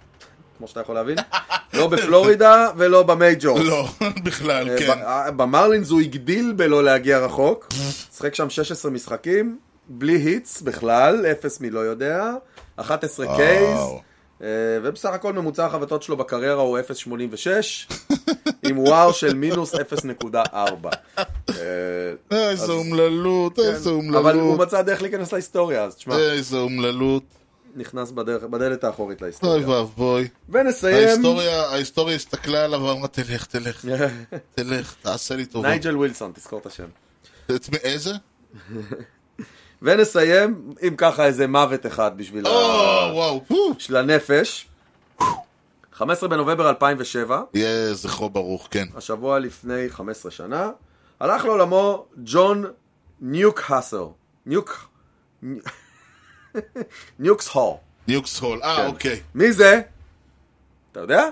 כמו שאתה יכול להבין, לא בפלורידה ולא במייג'ורס.
לא, בכלל,
אה,
כן.
ב- אה, במרלינס הוא הגדיל בלא להגיע רחוק, שחק שם 16 משחקים, בלי היטס בכלל, אפס מלא יודע, 11 קייס,
וואו.
אה, ובסך הכל ממוצע החבטות שלו בקריירה הוא 0.86, עם וואו של מינוס 0.4. אה,
אה, איזה אומללות, איזה
כן. אבל הוא
אומללות.
מצא דרך להיכנס להיסטוריה, אז תשמע,
איזה אומללות.
נכנס בדרך- בדלת האחורית
אוי
להיסטוריה.
ואבוי.
ונסיים,
ההיסטוריה ההיסטוריה הסתכלה עליו ואמרה, תלך, תלך,
כן.
תלך, תעשה לי טובה.
נייג'ל ווילסון, תזכור את השם.
את מי- איזה?
ונסיים, אם ככה, איזה מוות אחד בשביל
או,
ה-
וואו. פו.
של הנפש. 15 בנובמבר 2007,
יהיה זכרו ברוך, כן.
השבוע לפני 15 שנה, הלך לעולמו ג'ון ניוקהסל. ניוק... ניוקס הור.
ניוקס הול. אה,
כן.
אוקיי.
מי זה? אתה יודע?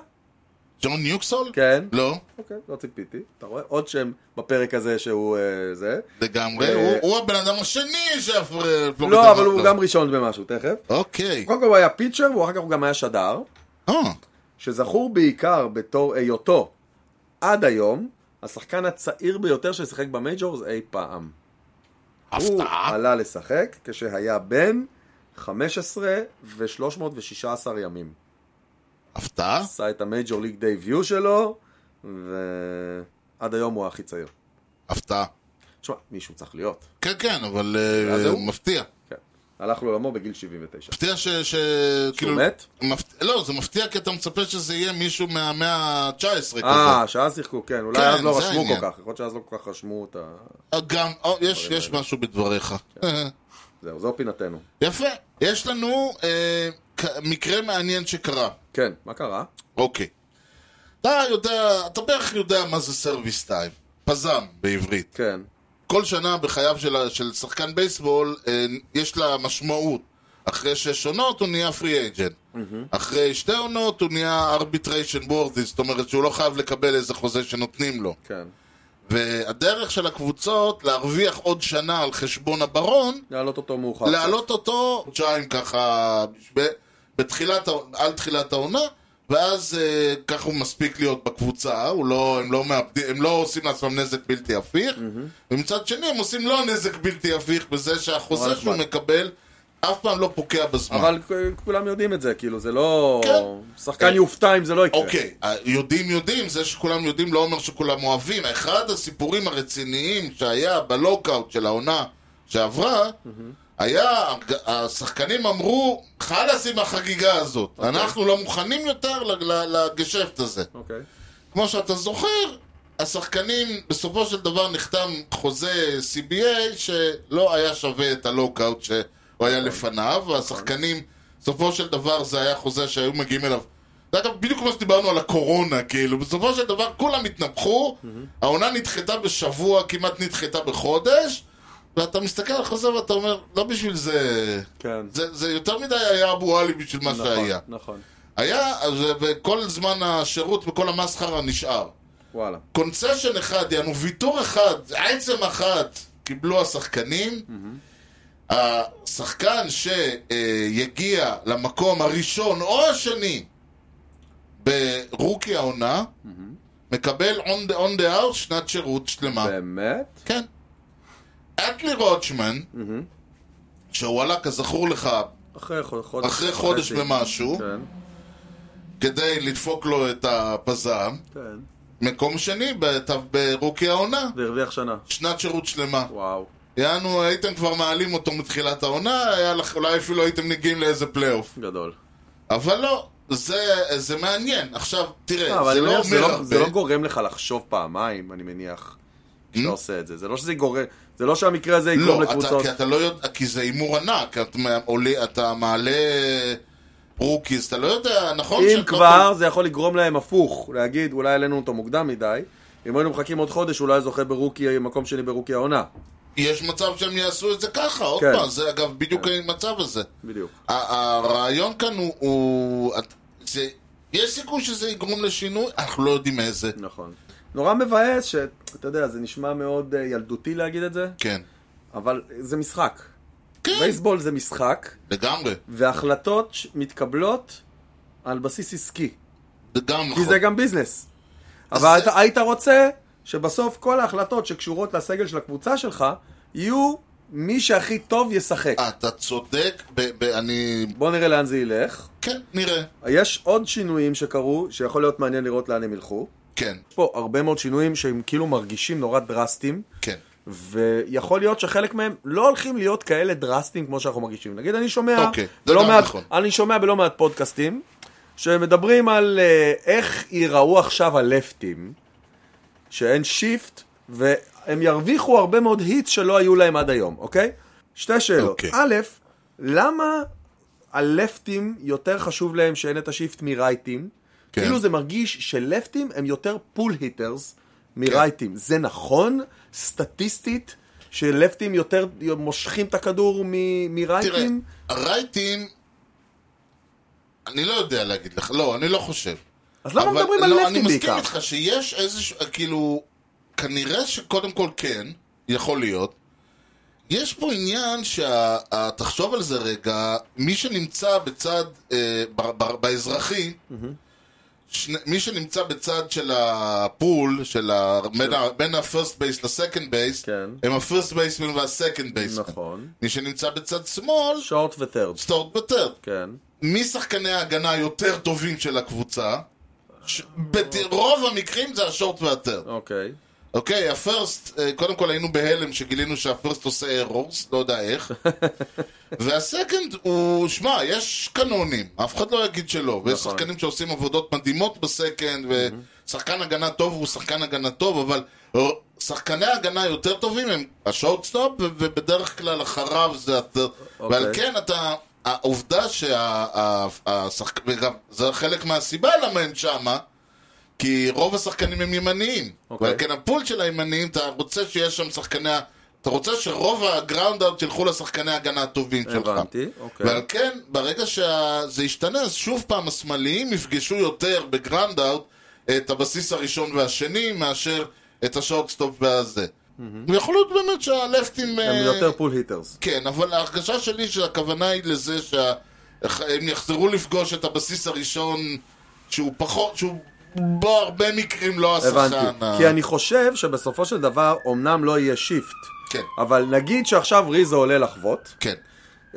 ג'ון ניוקסול?
כן.
לא,
אוקיי, לא ציפיתי. אתה רואה? עוד שם בפרק הזה שהוא אה, זה.
לגמרי.
אה,
הוא- הוא הבן אדם השני שהפלורידה...
לא, אבל הוא גם ראשון במשהו, תכף.
אוקיי.
קודם כל הוא היה פיצ'ר, ואחר כך הוא גם היה שדר.
אה,
שזכור בעיקר בתור היותו עד היום השחקן הצעיר ביותר ששיחק במייג'ורס אי פעם. הוא
הפתעה.
עלה לשחק כשהיה בן 15 ו-316 ימים.
הפתעה?
עשה את המייג'ור ליג דייביו שלו, ועד היום הוא הכי צעיר.
הפתעה.
תשמע, מישהו צריך להיות.
כן, כן, אבל אה,
אז זהו?
מפתיע.
כן. הלך לעולמו בגיל 79.
מפתיע ש... ש... כאילו-
מת?
מפת- לא, זה מפתיע כי אתה מצפה שזה יהיה מישהו מהמאה ה-19 כזה.
אה, שאז שיחקו, כן, אולי
נכון. כן,
אז לא
זה
רשמו
העניין.
כל כך, יכול להיות שאז לא כל כך רשמו את ה...
אה, גם, או, יש, יש משהו בדבריך.
זהו, זו פינתנו.
יפה. יש לנו אה, ק- מקרה מעניין שקרה.
כן, מה קרה?
אוקיי. אתה יודע, אתה בערך יודע מה זה סרוויס טיים. פזם בעברית.
כן.
כל שנה בחייו של, ה- של שחקן בייסבול, אה, יש לה משמעות. אחרי שש עונות הוא נהיה פרי אג'נט. אחרי שתי עונות הוא נהיה ארביטריישן בורדיס, זאת אומרת שהוא לא חייב לקבל איזה חוזה שנותנים לו.
כן.
והדרך של הקבוצות להרוויח עוד שנה על חשבון הברון,
להעלות אותו מאוחר.
להעלות אותו חודשיים ככה, ב, בתחילת, ה- על תחילת העונה, ואז אה, ככה הוא מספיק להיות בקבוצה, הוא לא, הם, לא מאבד, הם לא עושים לעצמם נזק בלתי הפיך, ומצד שני הם עושים לא נזק בלתי הפיך בזה
אבל
שהחוזה
נחמד.
שהוא מקבל אף פעם לא פוקע בזמן.
אבל כ- כולם יודעים את זה, כאילו, זה לא...
כן.
שחקן יופתע אם זה לא יקרה.
אוקיי, ה- יודעים יודעים, זה שכולם יודעים לא אומר שכולם אוהבים. אחד הסיפורים הרציניים שהיה בלוקאוט של העונה שעברה, היה, השחקנים אמרו, חלאס עם החגיגה הזאת, אנחנו לא מוכנים יותר ל- ל- לגשפט הזה.
אוקיי.
כמו שאתה זוכר, השחקנים, בסופו של דבר נחתם חוזה CBA שלא היה שווה את הלוקאוט שהוא היה לפניו, והשחקנים, בסופו של דבר זה היה חוזה שהיו מגיעים אליו. זה אגב בדיוק כמו שדיברנו על הקורונה, כאילו, בסופו של דבר כולם התנפחו, העונה נדחתה בשבוע, כמעט נדחתה בחודש, ואתה מסתכל על החוזה ואתה אומר, לא בשביל זה...
כן.
זה, זה יותר מדי היה אבו עלי בשביל מה
נכון,
שהיה.
נכון.
היה, אז- וכל זמן השירות וכל המסחרה נשאר.
וואלה.
קונצשן אחד, יענו ויתור אחד, עצם אחת, קיבלו השחקנים. השחקן שיגיע למקום הראשון או השני ברוקי העונה, מקבל on the, on the house שנת שירות שלמה.
באמת?
כן. אטלי רוטשמן, שהוא עלה כזכור לך
אחרי חוד- חודש.
אחרי חודש
וחצי.
ומשהו,
כן,
כדי לדפוק לו את הפזם,
כן.
מקום שני בת- ברוקי העונה,
והרוויח שנה.
שנת שירות שלמה.
וואו.
יענו, הייתם כבר מעלים אותו מתחילת העונה, היה לך, אולי אפילו הייתם מגיעים לאיזה פלייאוף.
גדול.
אבל לא, זה, זה מעניין. עכשיו,
אה,
תראה,
אבל
זה
אני
לא
מניח שזה
אומר
לא- זה
הרבה.
לא גורם לך לחשוב פעמיים, אני מניח, כשאתה
Hmm?
עושה את זה. זה לא שזה גורם... זה לא שהמקרה הזה יגרום
לא, אתה-
לקבוצות...
כי אתה לא יודע, כי זה הימור ענק, אתה מע- עולה- אתה מעלה רוקיז, אתה לא יודע, נכון?
אם
שאת לא
כבר, זה יכול לגרום להם הפוך. להגיד, אולי העלינו אותו מוקדם מדי. אם היינו מחכים עוד חודש, אולי זוכה ברוקי, מקום שני ברוקי העונה.
יש מצב שהם יעשו את זה ככה, עוד
כן.
פעם, זה אגב בדיוק המצב הזה.
בדיוק.
ה- הרעיון כאן הוא, הוא את- זה, יש סיכוי שזה יגרום לשינוי, אנחנו לא יודעים איזה.
נכון. נורא מבאס שאתה יודע, זה נשמע מאוד אה, ילדותי להגיד את זה,
כן.
אבל זה משחק.
כן,
בייסבול זה משחק,
לגמרי.
והחלטות ש- מתקבלות על בסיס עסקי.
זה גם
כי
נכון.
זה גם ביזנס. אבל
זה-
אתה- היית רוצה שבסוף כל ההחלטות שקשורות לסגל של הקבוצה שלך, יהיו מי שהכי טוב ישחק.
אתה צודק, ב- ב- אני...
בוא נראה לאן זה ילך.
כן, נראה.
יש עוד שינויים שקרו, שיכול להיות מעניין לראות לאן הם ילכו.
כן,
יש פה הרבה מאוד שינויים שהם כאילו מרגישים נורא דרסטיים.
כן.
ויכול להיות שחלק מהם לא הולכים להיות כאלה דרסטיים כמו שאנחנו מרגישים. נגיד, אני שומע,
אוקיי, זה
בלא
גם
מעט,
נכון.
אני שומע בלא מעט פודקאסטים שמדברים על אה, איך ייראו עכשיו הלפטים, שאין שיפט, והם ירוויחו הרבה מאוד היטס שלא היו להם עד היום, אוקיי? שתי שאלות.
אוקיי.
א', למה הלפטים יותר חשוב להם שאין את השיפט מרייטים?
כן.
כאילו זה מרגיש שלפטים הם יותר פול היטרס מרייטים. זה נכון, סטטיסטית, שלפטים יותר מושכים את הכדור מ-
תראה,
מרייטים?
הרייטים... אני לא יודע להגיד לך, לא, אני לא חושב.
אז למה
אבל-
מדברים על
לא, אני
לפטים
מסכים
בעיקר?
איתך שיש איזשהו, כאילו, כנראה שקודם כל כן, יכול להיות. יש פה עניין שה... ה- תחשוב על זה רגע, מי שנמצא בצד, אה, ב- ב- באזרחי, שני, מי שנמצא בצד של הפול, של ה... בין, ה... בין ה-first base ל-second base,
כן.
הם ה-first baseman וה-second baseman.
נכון.
מי שנמצא בצד שמאל,
שורט וטרד.
סטורט בטרד.
כן.
מי שחקני ההגנה היותר טובים של הקבוצה? ש... ברוב המקרים זה השורט והטרד.
אוקיי.
אוקיי, הפרסט, אה, קודם כל היינו בהלם שגילינו שהפרסט עושה ארורס, לא יודע איך. והסקנד הוא, שמע, יש קנונים, אף אחד לא יגיד שלא. ויש
נכון.
שחקנים שעושים עבודות מדהימות בסקנד, ושחקן הגנה טוב הוא שחקן הגנה טוב, אבל או- שחקני הגנה יותר טובים הם השורטסטופ, ו- ובדרך כלל אחריו זה... הת-
אוקיי.
ועל כן אתה... העובדה שהשחקנים, וגם זה חלק מהסיבה למה הם שמה, כי רוב השחקנים הם ימניים.
אוקיי.
ועל כן הפול של הימניים, אתה רוצה שיש שם שחקני... ה- אתה רוצה שרוב הגראונד-אאוט ילכו לשחקני ההגנה הטובים שלך.
הבנתי, אוקיי.
ועל כן, ברגע שזה ישתנה, אז שוב פעם השמאליים יפגשו יותר בגרנדאוט את הבסיס הראשון והשני, מאשר את השורטסטופ והזה. יכול להיות באמת אה, שהלפטים...
הם יותר פול היטרס.
כן, אבל ההרגשה שלי שהכוונה היא לזה שהם יחזרו לפגוש את הבסיס הראשון, שהוא פחות, שהוא בו הרבה מקרים לא השחקן.
הבנתי. כי אני חושב שבסופו של דבר, אמנם לא יהיה שיפט,
כן,
אבל נגיד שעכשיו ריזו עולה לחוות,
כן,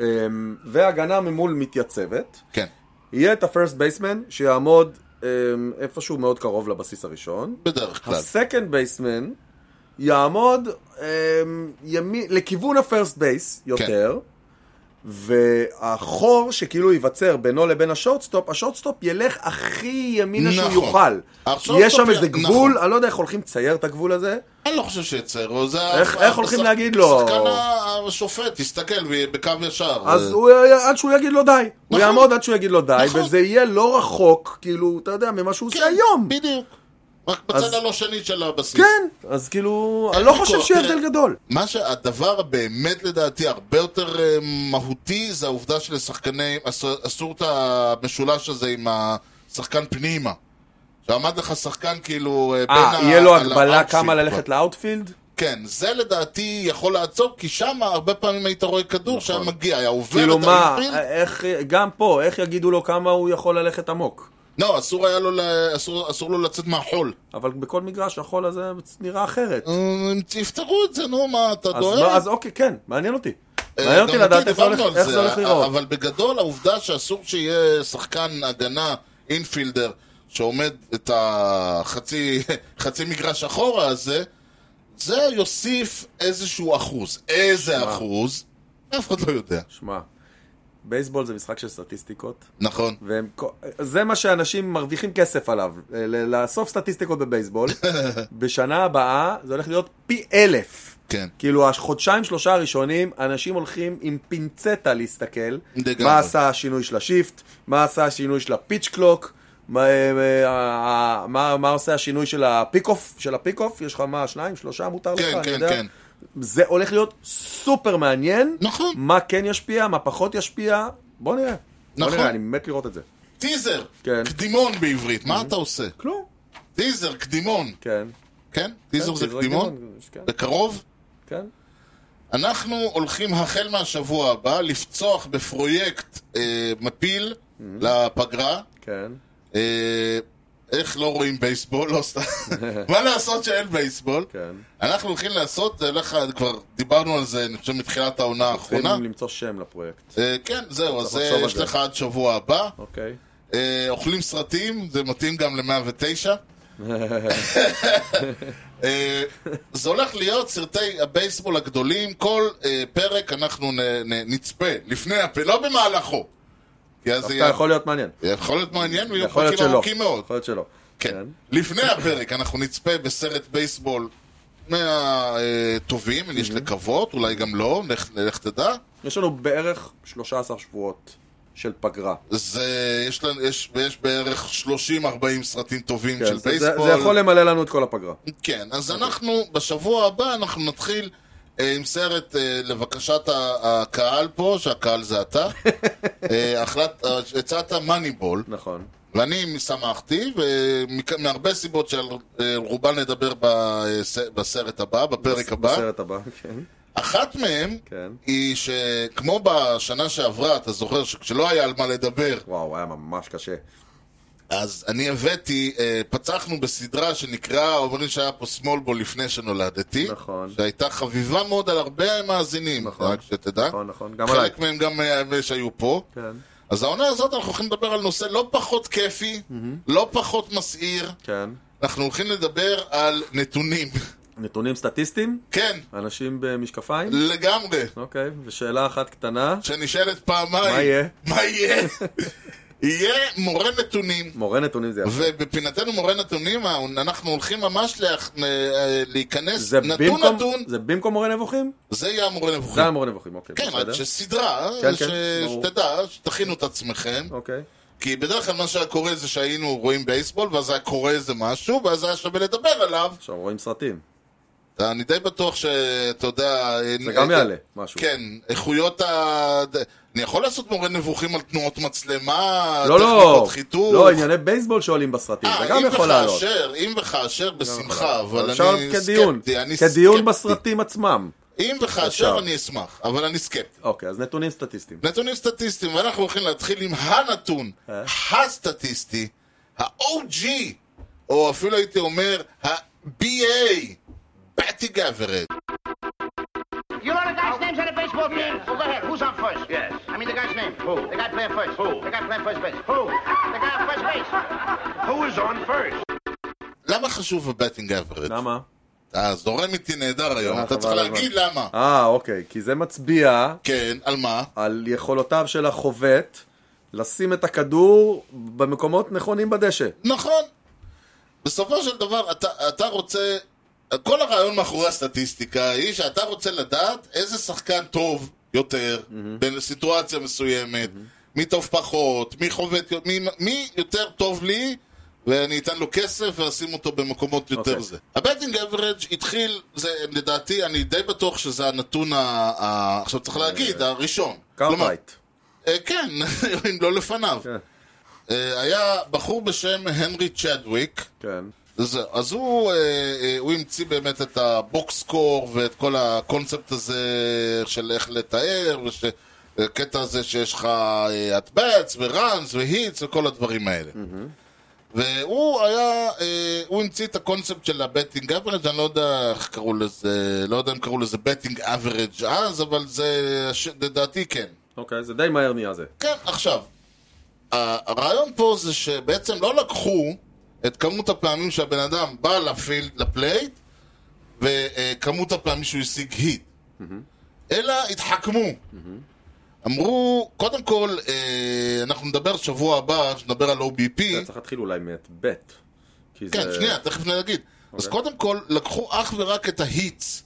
אמ, והגנה ממול מתייצבת,
כן.
יהיה את הפרסט בייסמן שיעמוד אמ, איפשהו מאוד קרוב לבסיס הראשון,
בדרך כלל.
הסקנד בייסמן יעמוד אמ, ימי, לכיוון הפרסט בייס יותר, והחור שכאילו ייווצר בינו לבין השורטסטופ, השורטסטופ ילך הכי ימינה שהוא
נכון.
יוכל.
השורטסטופ
יש שם
י-
איזה
נכון.
גבול, אני לא יודע איך הולכים לצייר את הגבול הזה.
אני לא חושב שיצרו, זה...
איך- איך הולכים
השח-
להגיד לו?
השחקן השופט, תסתכל ב- בקו ישר.
אז
אה,
הוא, י- עד שהוא יגיד לו די. הוא
נכון.
יעמוד עד שהוא יגיד לו די,
נכון.
וזה יהיה לא רחוק, כאילו, אתה יודע, ממה שהוא עושה היום.
כן, בדיוק. רק
אז-
בצד הלא שני של הבסיס.
כן, אז כאילו, אני
אין
לא
ויכוח,
חושב שיהיה
תראה.
הבדל גדול.
מה שהדבר הבאמת לדעתי הרבה יותר אה, מהותי זה העובדה שלשחקני, אסור- אסור את המשולש הזה עם השחקן פנימה. שעמד לך שחקן כאילו אה, בין
אה,
ה-
יהיה לו
על
הגבלה
האאוטפילד
כמה
כבר.
ללכת לאאוטפילד?
כן, זה לדעתי יכול לעצור, כי שם הרבה פעמים היית רואה כדור שהיה מגיע, היה עובר
כאילו
את
מה,
האאוטפילד.
איך, גם פה, איך יגידו לו כמה הוא יכול ללכת עמוק?
לא, אסור היה לו, ל- אסור- אסור לו לצאת מהחול.
אבל בכל מגרש החול הזה נראה אחרת.
אה, הם יפתרו את זה, נו, מה, אתה
אז
דואג?
לא- אז אוקיי, כן, מעניין אותי.
אה,
מעניין אותי
גם
לדעת
אותי
איך זה הולך-
דיברנו על אה,
איך זה הולך להיראות.
אבל בגדול העובדה שאסור שיהיה שחקן הגנה, אינפילדר, שעומד את החצי חצי מגרש אחורה הזה, זה יוסיף איזשהו אחוז. איזה אחוז? אף אחד לא יודע.
שמע, בייסבול זה משחק של סטטיסטיקות,
נכון.
והם כל- זה מה שאנשים מרוויחים כסף עליו, אה, ל- לאסוף סטטיסטיקות בבייסבול. בשנה הבאה זה הולך להיות פי אלף.
כן.
כאילו, החודשיים שלושה הראשונים, אנשים הולכים עם פינצטה להסתכל,
לגמרי.
מה עשה השינוי של השיפט, מה עשה השינוי של הפיץ' קלוק, מה, אה, אה, מה, מה עושה השינוי של הפיק-אוף, של הפיק-אוף, יש לך מה, שניים, שלושה מותר לך,
כן,
אני
כן,
יודע.
כן.
זה הולך להיות סופר מעניין,
נכון.
מה כן ישפיע, מה פחות ישפיע, בוא נראה. בוא
נכון.
נראה, אני מת לראות את זה.
טיזר!
כן.
קדימון בעברית, מה אתה עושה?
כלום.
טיזר, קדימון.
כן.
כן? טיזר זה
טיזר
קדימון?
קדימון, כן.
בקרוב?
כן.
אנחנו הולכים החל מהשבוע הבא לפצוח בפרויקט אה, מפיל לפגרה.
כן.
אה, איך לא רואים בייסבול? לא סתם. מה לעשות שאין בייסבול?
כן.
אנחנו הולכים לעשות, זה לך, כבר דיברנו על זה, אני חושב, מתחילת העונה האחרונה.
צריכים למצוא שם לפרויקט.
אה, כן, זהו, אז
לחשוב
אה,
על
יש
זה.
לך עד שבוע הבא.
אוקיי.
אה, אוכלים סרטים, זה מתאים גם ל-109. אה, זה הולך להיות סרטי הבייסבול הגדולים, כל אה, פרק אנחנו נ, נ, נצפה, לפני הפרק, לא במהלכו. כי אז זה
אתה
יהיה-
יכול להיות מעניין.
יכול להיות מעניין, ויהיו
יכול להיות
פרקים
שלא.
ארוכים מאוד.
יכול להיות שלא.
כן. לפני הפרק אנחנו נצפה בסרט בייסבול מהטובים, יש לקוות, אולי גם לא, לך- לך תדע.
יש לנו בערך 13 שבועות של פגרה.
זה, יש, לנו, יש, יש בערך 30-40 סרטים טובים
כן,
של
זה- זה
בייסבול.
זה יכול למלא לנו את כל הפגרה.
כן, אז
אוקיי.
אנחנו, בשבוע הבא אנחנו נתחיל אה, עם סרט אה, לבקשת ה- הקהל פה, שהקהל זה אתה. אה, החלט, אה, הצעת מאניבול,
נכון.
ואני שמחתי, ומכ- מהרבה סיבות שעל אה, רובן נדבר בס- בסרט הבא, בפרק הבא.
בסרט הבא, כן.
אחת מהן
כן.
היא שכמו בשנה שעברה, אתה זוכר שכשלא היה על מה לדבר,
וואו, היה ממש קשה.
אה? אז אני הבאתי, אה, פצחנו בסדרה שנקראה, אומרים שהיה פה סמולבול לפני שנולדתי.
נכון.
שהייתה חביבה מאוד על הרבה מאזינים,
נכון.
רק שתדע.
נכון, נכון, גם עליי.
חלק מהם גם אה, שהיו פה.
כן.
אז העונה הזאת אנחנו הולכים לדבר על נושא לא פחות כיפי, לא פחות מסעיר.
כן.
אנחנו הולכים לדבר על נתונים.
נתונים סטטיסטיים?
כן,
אנשים במשקפיים?
לא. לגמרי.
אוקיי. ושאלה אחת קטנה.
שנשאלת פעמיים.
מה יהיה?
מה יהיה? יהיה מורה נתונים.
מורה נתונים זה יפה.
ובפינתנו מורה נתונים, אנחנו הולכים ממש להכ- אה, להיכנס
זה
נתון
במקום-
נתון,
זה במקום מורה נבוכים?
זה יהיה המורה נבוכים.
זה המורה נבוכים, אוקיי.
כן,
בסדר.
עד שסדרה,
כן,
ש-
כן, ברור.
שתדע, שתכינו את עצמכם.
אוקיי.
כי בדרך כלל מה שהיה קורה זה שהיינו רואים בייסבול, ואז היה קורה איזה משהו, ואז היה שווה לדבר עליו.
עכשיו רואים סרטים.
אני די בטוח שאתה יודע... אה,
זה גם יעלה, משהו.
כן, איכויות ה... ד- אני יכול לעשות מורה נבוכים על תנועות מצלמה,
לא, לא.
טכניקות חיתוך.
לא, ענייני בייסבול שעולים בסרטים.
אה,
זה גם
אם
יכול לעלות.
וכאשר, אם וכאשר, בשמחה, אבל
אפשר
אני
כדיון.
סקפטי. אני
כדיון
סקפטי.
בסרטים עצמם.
אם
אפשר.
וכאשר, אני אשמח, אבל אני סקפטי.
אוקיי, אז נתונים סטטיסטיים.
נתונים סטטיסטיים, ואנחנו הולכים להתחיל עם הנתון
אה?
הסטטיסטי, ה-OG, או אפילו הייתי אומר, ה-BA, Batting Average.
You know the guy's names on the baseball team? Well, go ahead. Who's on first? Yes. I mean the guy's name. Who? The guy playing first. Who? The guy playing first base. Who? The guy on first base. Who is on first?
למה חשוב ה-Batting Average?
למה?
אה, זורם איתי נהדר היום,
אה,
אתה צריך
חבל
להגיד
על
למה.
אה, אוקיי. כי זה מצביע
כן, על מה?
על יכולותיו של החובט לשים את הכדור במקומות נכונים בדשא.
נכון. בסופו של דבר, אתה, אתה רוצה... כל הרעיון מאחורי הסטטיסטיקה היא שאתה רוצה לדעת איזה שחקן טוב יותר mm-hmm. בסיטואציה מסוימת, mm-hmm. מי טוב פחות, מי חובט, מי, מי יותר טוב לי, ואני אתן לו כסף ואשים אותו במקומות יותר okay.
אוקיי.
זה. הבטינג אברג' התחיל, זה, לדעתי, אני די בטוח שזה הנתון, ה, ה, עכשיו צריך להגיד, הראשון. כלומר,
קרפייט.
אה, כן, אם לא לפניו.
כן.
אה, היה בחור בשם הנרי צ'דוויק,
כן.
זהו, אז הוא, אה, אה, הוא המציא באמת את הבוקסקור ואת כל הקונספט הזה של איך לתאר, ושקטע הזה שיש לך אה, אטבץ וראנס והיטס וכל הדברים האלה. והוא היה, אה, הוא המציא את הקונספט של הבטינג אברג', אני לא יודע איך קראו לזה, לא יודע אם קראו לזה בטינג אברג' אז, אבל זה, הש- לדעתי כן.
אוקיי, זה די מהר נהיה זה.
כן, עכשיו, ה- הרעיון פה זה שבעצם לא לקחו את כמות הפעמים שהבן אדם בא לפילד, לפלייט, וכמות הפעמים שהוא השיג היט, אלא התחכמו. אמרו, קודם כל, אה, אנחנו נדבר שבוע הבא, נדבר על OBP.
צריך להתחיל אולי מאת ב'. כי
כן,
זה-
שנייה, תכף נגיד. אז קודם כל, לקחו אך ורק את ההיטס,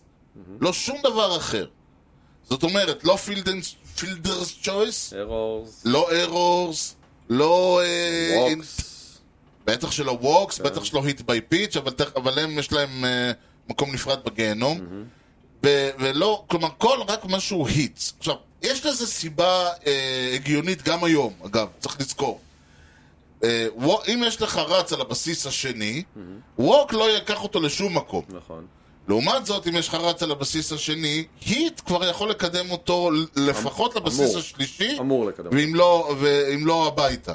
לא שום דבר אחר. זאת אומרת, לא פילדרס צ'וייס,
ארורס,
לא ארורס, לא... אה, אינט-
ווקס.
בטח שלא
כן.
ווקס, בטח שלא היט ביי פיץ', אבל תכף- אבל הם יש להם אה, מקום נפרד בגיהנום. ו- ולא, כלומר, כל רק משהו היטס. עכשיו, יש לזה סיבה אה, הגיונית גם היום, אגב, צריך לזכור. אה, וו- אם יש לך רץ על הבסיס השני, ווק לא ייקח אותו לשום מקום.
נכון.
לעומת זאת, אם יש לך רץ על הבסיס השני, היט כבר יכול לקדם אותו ל- לפחות לבסיס
אמ- אמור.
השלישי,
אמור לקדם.
ואם לא, ואם לא הביתה.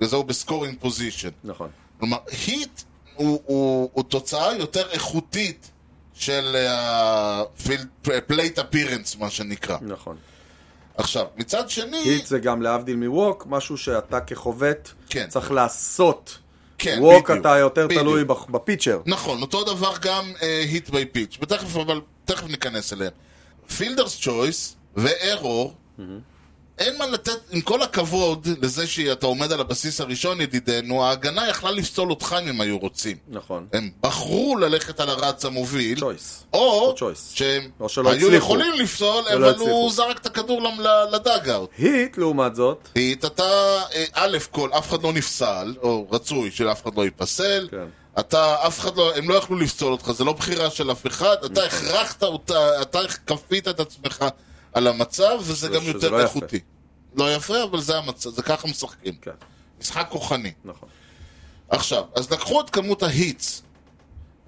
וזהו בסקורינג פוזיישן.
נכון.
כלומר, היט הוא, הוא, הוא תוצאה יותר איכותית של הפלייט אפירנס, מה שנקרא.
נכון.
עכשיו, מצד שני...
היט זה גם להבדיל מווק, משהו שאתה כחובט
כן.
צריך לעשות.
כן,
ווק
בדיוק,
אתה יותר
בדיוק.
תלוי בח- בפיצ'ר.
נכון, אותו דבר גם אה, היט ביי פיץ', ותכף, אבל תכף ניכנס אליהם. פילדרס צ'ויס וארור, אין מה לתת, עם כל הכבוד לזה שאתה עומד על הבסיס הראשון, ידידנו, ההגנה יכלה לפסול אותך אם הם היו רוצים.
נכון.
הם בחרו ללכת על הרץ המוביל,
צ'ויס.
או
או choice.
שהם
או שלא
היו
הצליחו.
יכולים לפסול,
ולא
אבל
הצליחו.
הוא זרק את הכדור למ- ל- לדאגאוט.
היט, לעומת זאת,
היט, אתה, אה, א' כל, אף אחד לא נפסל, או רצוי שאף אחד לא ייפסל.
כן.
אתה, אף אחד לא, הם לא יכלו לפסול אותך, זה לא בחירה של אף אחד.
נכון.
אתה הכרחת אותה, אתה כפית את עצמך על המצב, וזה
זה-
גם
שזה
יותר
לא יפה.
איכותי. לא יפה, אבל זה המצב, זה ככה משחקים.
כן,
משחק כוחני.
נכון.
עכשיו, אז לקחו את כמות ההיטס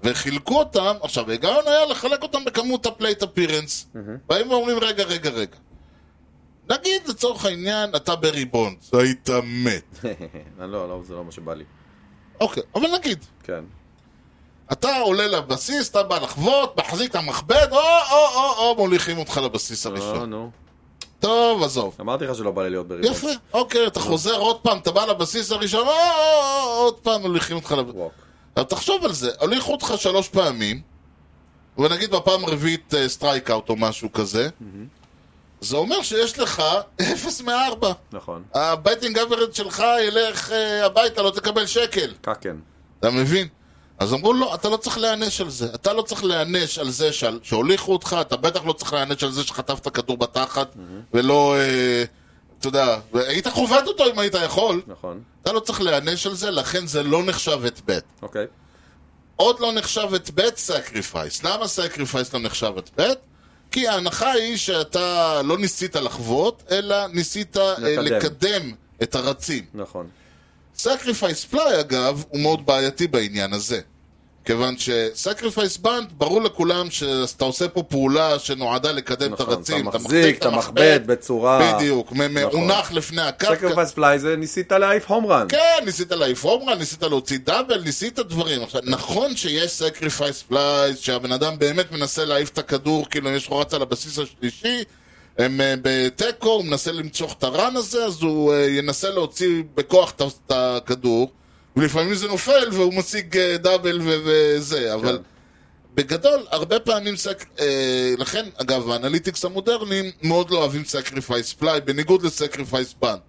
וחילקו אותם, עכשיו ההיגיון היה לחלק אותם בכמות הפלייט אפירנס. באים ואומרים, רגע, רגע, רגע. נגיד לצורך העניין, אתה ברי בונדס, היית מת.
אני לא, לא, זה לא מה שבא לי.
אוקיי, אבל נגיד,
כן.
אתה עולה לבסיס, אתה בא לחבוט, מחזיק את המכבד, או, או, או, או, מוליכים אותך לבסיס
אה,
הראשון.
נו.
טוב, עזוב.
אמרתי לך שלא בא לי להיות בריבון.
יפה, אוקיי, אתה חוזר עוד פעם, אתה בא לבסיס הראשון, או, או, או, עוד פעם מוליכים אותך לבסיס.
ווק.
אבל תחשוב על זה, הוליכו אותך שלוש אה, פעמים, ונגיד בפעם הרביעית סטרייקאוט או משהו כזה, זה אומר שיש לך 0 מ-4.
נכון.
הבטינג אברד שלך ילך אה, הביתה, לא תקבל שקל.
קקן.
אתה מבין? אז אמרו לו, אתה לא צריך להיענש על זה. אתה לא צריך להיענש על זה שעל- שהוליכו אותך, אתה בטח לא צריך להיענש על זה שחטפת כדור בתחת, ולא, אה, אתה יודע, היית חובט אותו אם היית יכול.
נכון.
אתה לא צריך להיענש על זה, לכן זה לא נחשב את בית.
אוקיי.
עוד לא נחשב את בית סקריפייס. למה סקריפייס לא נחשב את בית? כי ההנחה היא שאתה לא ניסית לחוות, אלא ניסית לקדם,
לקדם.
לקדם את הרצים.
נכון.
סקריפייס פליי, אגב, הוא מאוד בעייתי בעניין הזה. כיוון שסקריפייס בנד, ברור לכולם שאתה עושה פה פעולה שנועדה לקדם
נכון,
את הרצים.
אתה מחזיק, אתה מכבד בצורה...
בדיוק, מ- מ-
נכון.
מונח לפני הקרקע.
סקרפייס פליי זה ניסית להעיף הום רן.
כן, ניסית להעיף הומרה, ניסית להוציא דאבל, ניסית דברים. עכשיו, נכון שיש סקריפייס פלייז, שהבן אדם באמת מנסה להעיף את הכדור, כאילו יש לו רץ על הבסיס השלישי, הם אה, בתיקו, הוא מנסה למצוא את הרן הזה, אז הוא אה, ינסה להוציא בכוח את ה- את הכדור, ולפעמים זה נופל והוא משיג אה, דאבל ו- וזה, אבל... בגדול, הרבה פעמים, סק... אה, לכן, אגב, האנליטיקס המודרניים מאוד לא אוהבים סקריפייס פליי, בניגוד לסקריפייס בנד.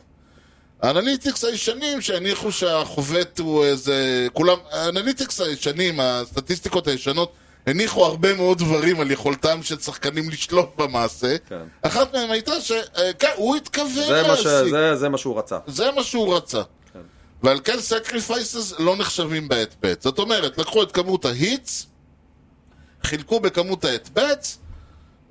האנליטיקס הישנים שהניחו שהחובט הוא איזה... כולם... האנליטיקס הישנים, הסטטיסטיקות הישנות, הניחו הרבה מאוד דברים על יכולתם של שחקנים לשלוט במעשה.
כן.
אחת מהם הייתה ש... אה, כן, הוא התכוון
זה מה
להשיג.
ש- זה- זה מה שהוא רצה.
זה מה שהוא רצה. ועל כן סקריפייסס לא נחשבים באט-בט. זאת אומרת, לקחו את כמות ההיטס, חילקו בכמות האט-בטס,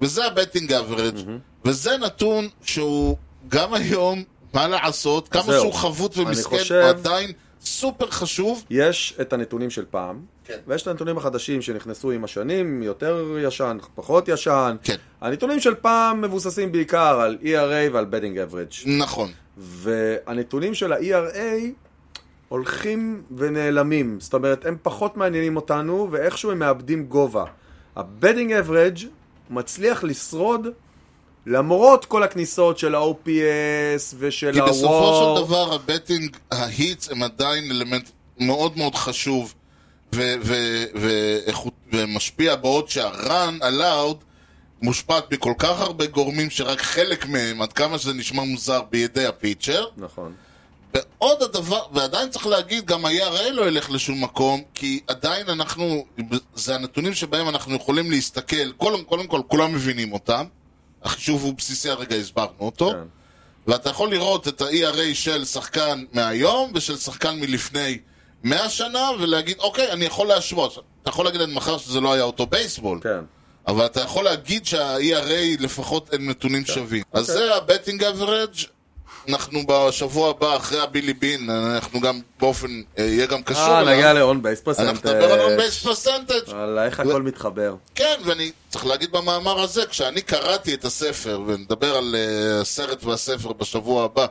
וזה הבטינג אברג'. וזה נתון שהוא גם היום, מה לעשות, כמה
זהו.
שהוא חבוט
אני
ומסכן,
חושב-
הוא עדיין סופר חשוב.
יש את הנתונים של פעם,
כן.
ויש את הנתונים החדשים שנכנסו עם השנים, יותר ישן, פחות ישן.
כן.
הנתונים של פעם מבוססים בעיקר על ERA ועל בדינג אברג'.
נכון.
והנתונים של ה-ERA הולכים ונעלמים. זאת אומרת, הם פחות מעניינים אותנו, ואיכשהו הם מאבדים גובה. הבדינג אברג' מצליח לשרוד למרות כל הכניסות של ה-OPS ושל
כי
ה-WAR.
בסופו של דבר הבטינג, ההיטס הם עדיין אלמנט מאוד מאוד חשוב ו- ו- ו- איכות- ומשפיע בעוד שהרן allowed מושפעת מכל כך הרבה גורמים שרק חלק מהם, עד כמה שזה נשמע מוזר, בידי הפיצ'ר.
נכון.
ועוד הדבר, ועדיין צריך להגיד, גם ה-ERA לא ילך לשום מקום, כי עדיין אנחנו, זה הנתונים שבהם אנחנו יכולים להסתכל, קודם, קודם כל כולם מבינים אותם, החישוב הוא בסיסי, הרגע הסברנו אותו.
כן.
ואתה יכול לראות את ה-ERA של שחקן מהיום ושל שחקן מלפני 100 שנה ולהגיד, אוקיי, אני יכול להשוות. אתה יכול להגיד עד מחר שזה לא היה אותו בייסבול,
כן.
אבל אתה יכול להגיד שה-ERA לפחות הם נתונים
כן.
שווים. אז
אוקיי.
זה ה-Betting Average. אנחנו בשבוע הבא, אחרי הבילי בין, אנחנו גם באופן, אה, יהיה גם קשור
אה, נגיע אה,
אליו.
ל-on base percentage.
אנחנו נדבר על אונבייס פרסנטג'.
וואלה, איך הכל מתחבר.
כן, ואני צריך להגיד במאמר הזה, כשאני קראתי את הספר, ונדבר על uh, הסרט והספר בשבוע הבא,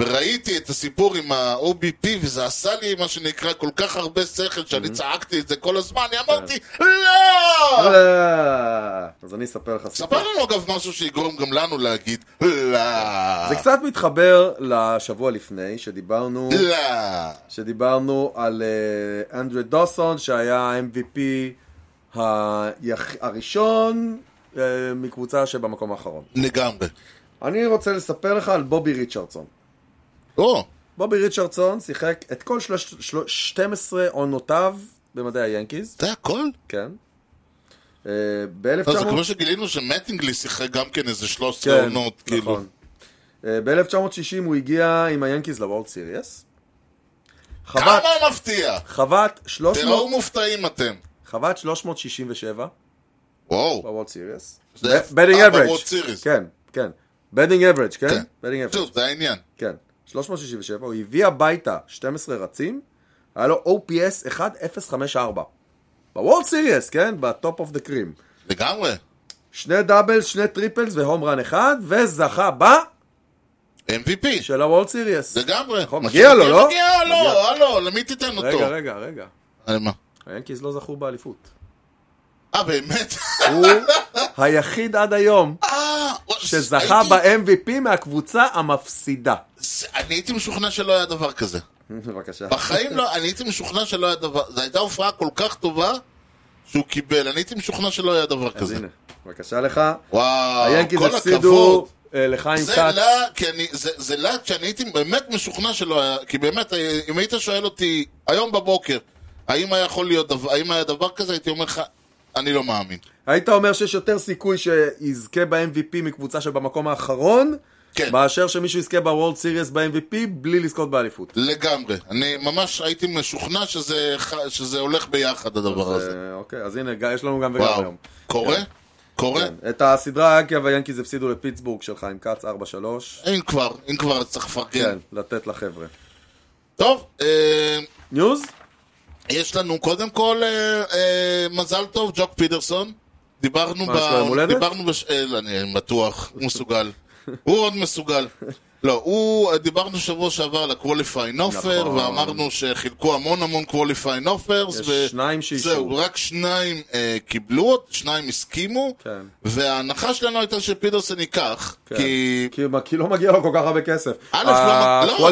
וראיתי את הסיפור עם ה-OBP, וזה עשה לי מה שנקרא כל כך הרבה שכל, שאני צעקתי את זה כל הזמן, אני
כן.
אמרתי, לא!
וואלה. אז אני אספר לך סיפור.
ספר לנו אגב משהו שיגרום גם לנו להגיד, לא!
זה קצת מתחבר לשבוע לפני, שדיברנו...
לא!
שדיברנו על אה, אנדרי דוסון, שהיה ה-MVP היח... הראשון אה, מקבוצה שבמקום האחרון.
לגמרי.
אני רוצה לספר לך על בובי ריצ'רדסון.
או,
בובי ריצ'רדסון שיחק את כל שלוש... של... 12 עונותיו במדעי היאנקיז,
זה הכל?
כן. אה,
לא, זה
ב-1900...
כמו שגילינו שמטינגלי שיחק גם כן איזה 13
כן,
עונות, כאילו.
נכון. אה, ב-1960 הוא הגיע עם היאנקיז לוורד סיריוס. חוות,
כמה מפתיע!
חוות, 300,
תראו מופתעים אתם.
חוות 367
וואו.
בוולד סיריוס.
זה
בדינג
ארבע
אברג'.
World Series.
כן, כן. בדינג אברג', כן?
כן.
בדינג אברג',
שוב, זה העניין.
כן. 367, הוא הביא הביתה 12 רצים, היה לו OPS 1054. בוולד סיריוס, כן? בטופ אוף דה קרים.
לגמרי.
שני דאבל, שני טריפלס והום רן אחד, וזכה ב...
MVP.
של הוולד סיריוס.
לגמרי.
נכון, מגיע לו, לא?
מגיע לו, הלו, למי תיתן אותו?
רגע, רגע, רגע.
על מה?
היאנקיז לא זכו באליפות.
אה, באמת?
הוא היחיד עד היום
אה, וואי,
שזכה
הייתי-
ב-MVP מהקבוצה המפסידה.
זה- אני הייתי משוכנע שלא היה דבר כזה.
בבקשה.
בחיים לא, אני הייתי משוכנע שלא היה דבר... זו הייתה הופעה כל כך טובה שהוא קיבל. אני הייתי משוכנע שלא היה דבר
אז
כזה.
הנה, בבקשה לך.
וואו,
היאנקיז
אה, כל
הפסידו
הכבוד.
אה, לחיים
זה
כץ.
לה, כי אני, זה, זה לה שאני הייתי באמת משוכנע שלא היה, כי באמת, אה, אם היית שואל אותי היום בבוקר, האם היה יכול להיות, דבר, האם היה דבר כזה, הייתי אומר לך, אני לא מאמין.
היית אומר שיש יותר סיכוי שיזכה ב-MVP מקבוצה שבמקום האחרון,
כן.
מאשר שמישהו יזכה בוורלד סיריוס ב-MVP בלי לזכות באליפות.
לגמרי. אני ממש הייתי משוכנע שזה, ח- שזה הולך ביחד, הדבר הזה.
אה, אוקיי, אז הנה, ג- יש לנו גם וגם
לא וואו.
היום.
קורה? קורה?
כן. את הסדרה האנקיה והיאנקיז הפסידו לפיטסבורג של חיים כץ 4-3.
אם כבר, אם כבר, אז צריך לפרגן.
כן, לתת לחבר'ה.
טוב, אה,
ניוז?
יש לנו קודם כל אה, אה, מזל טוב, ג'וק פידרסון. דיברנו
מה, יש לו יום הולדת?
דיברנו בש... אה, אני בטוח, הוא מסוגל. הוא עוד מסוגל. לא, הוא, אה, דיברנו שבוע שעבר על ה-Qualifying Offer,
נכון.
ואמרנו שחילקו המון המון Qualifying Offers.
יש שניים שאישרו.
זהו, רק שניים אה, קיבלו, שניים הסכימו,
כן.
וההנחה שלנו הייתה שפידרסון ייקח,
כן.
כי...
כי, כי לא מגיע לו כל כך הרבה כסף.
א', לא- לא,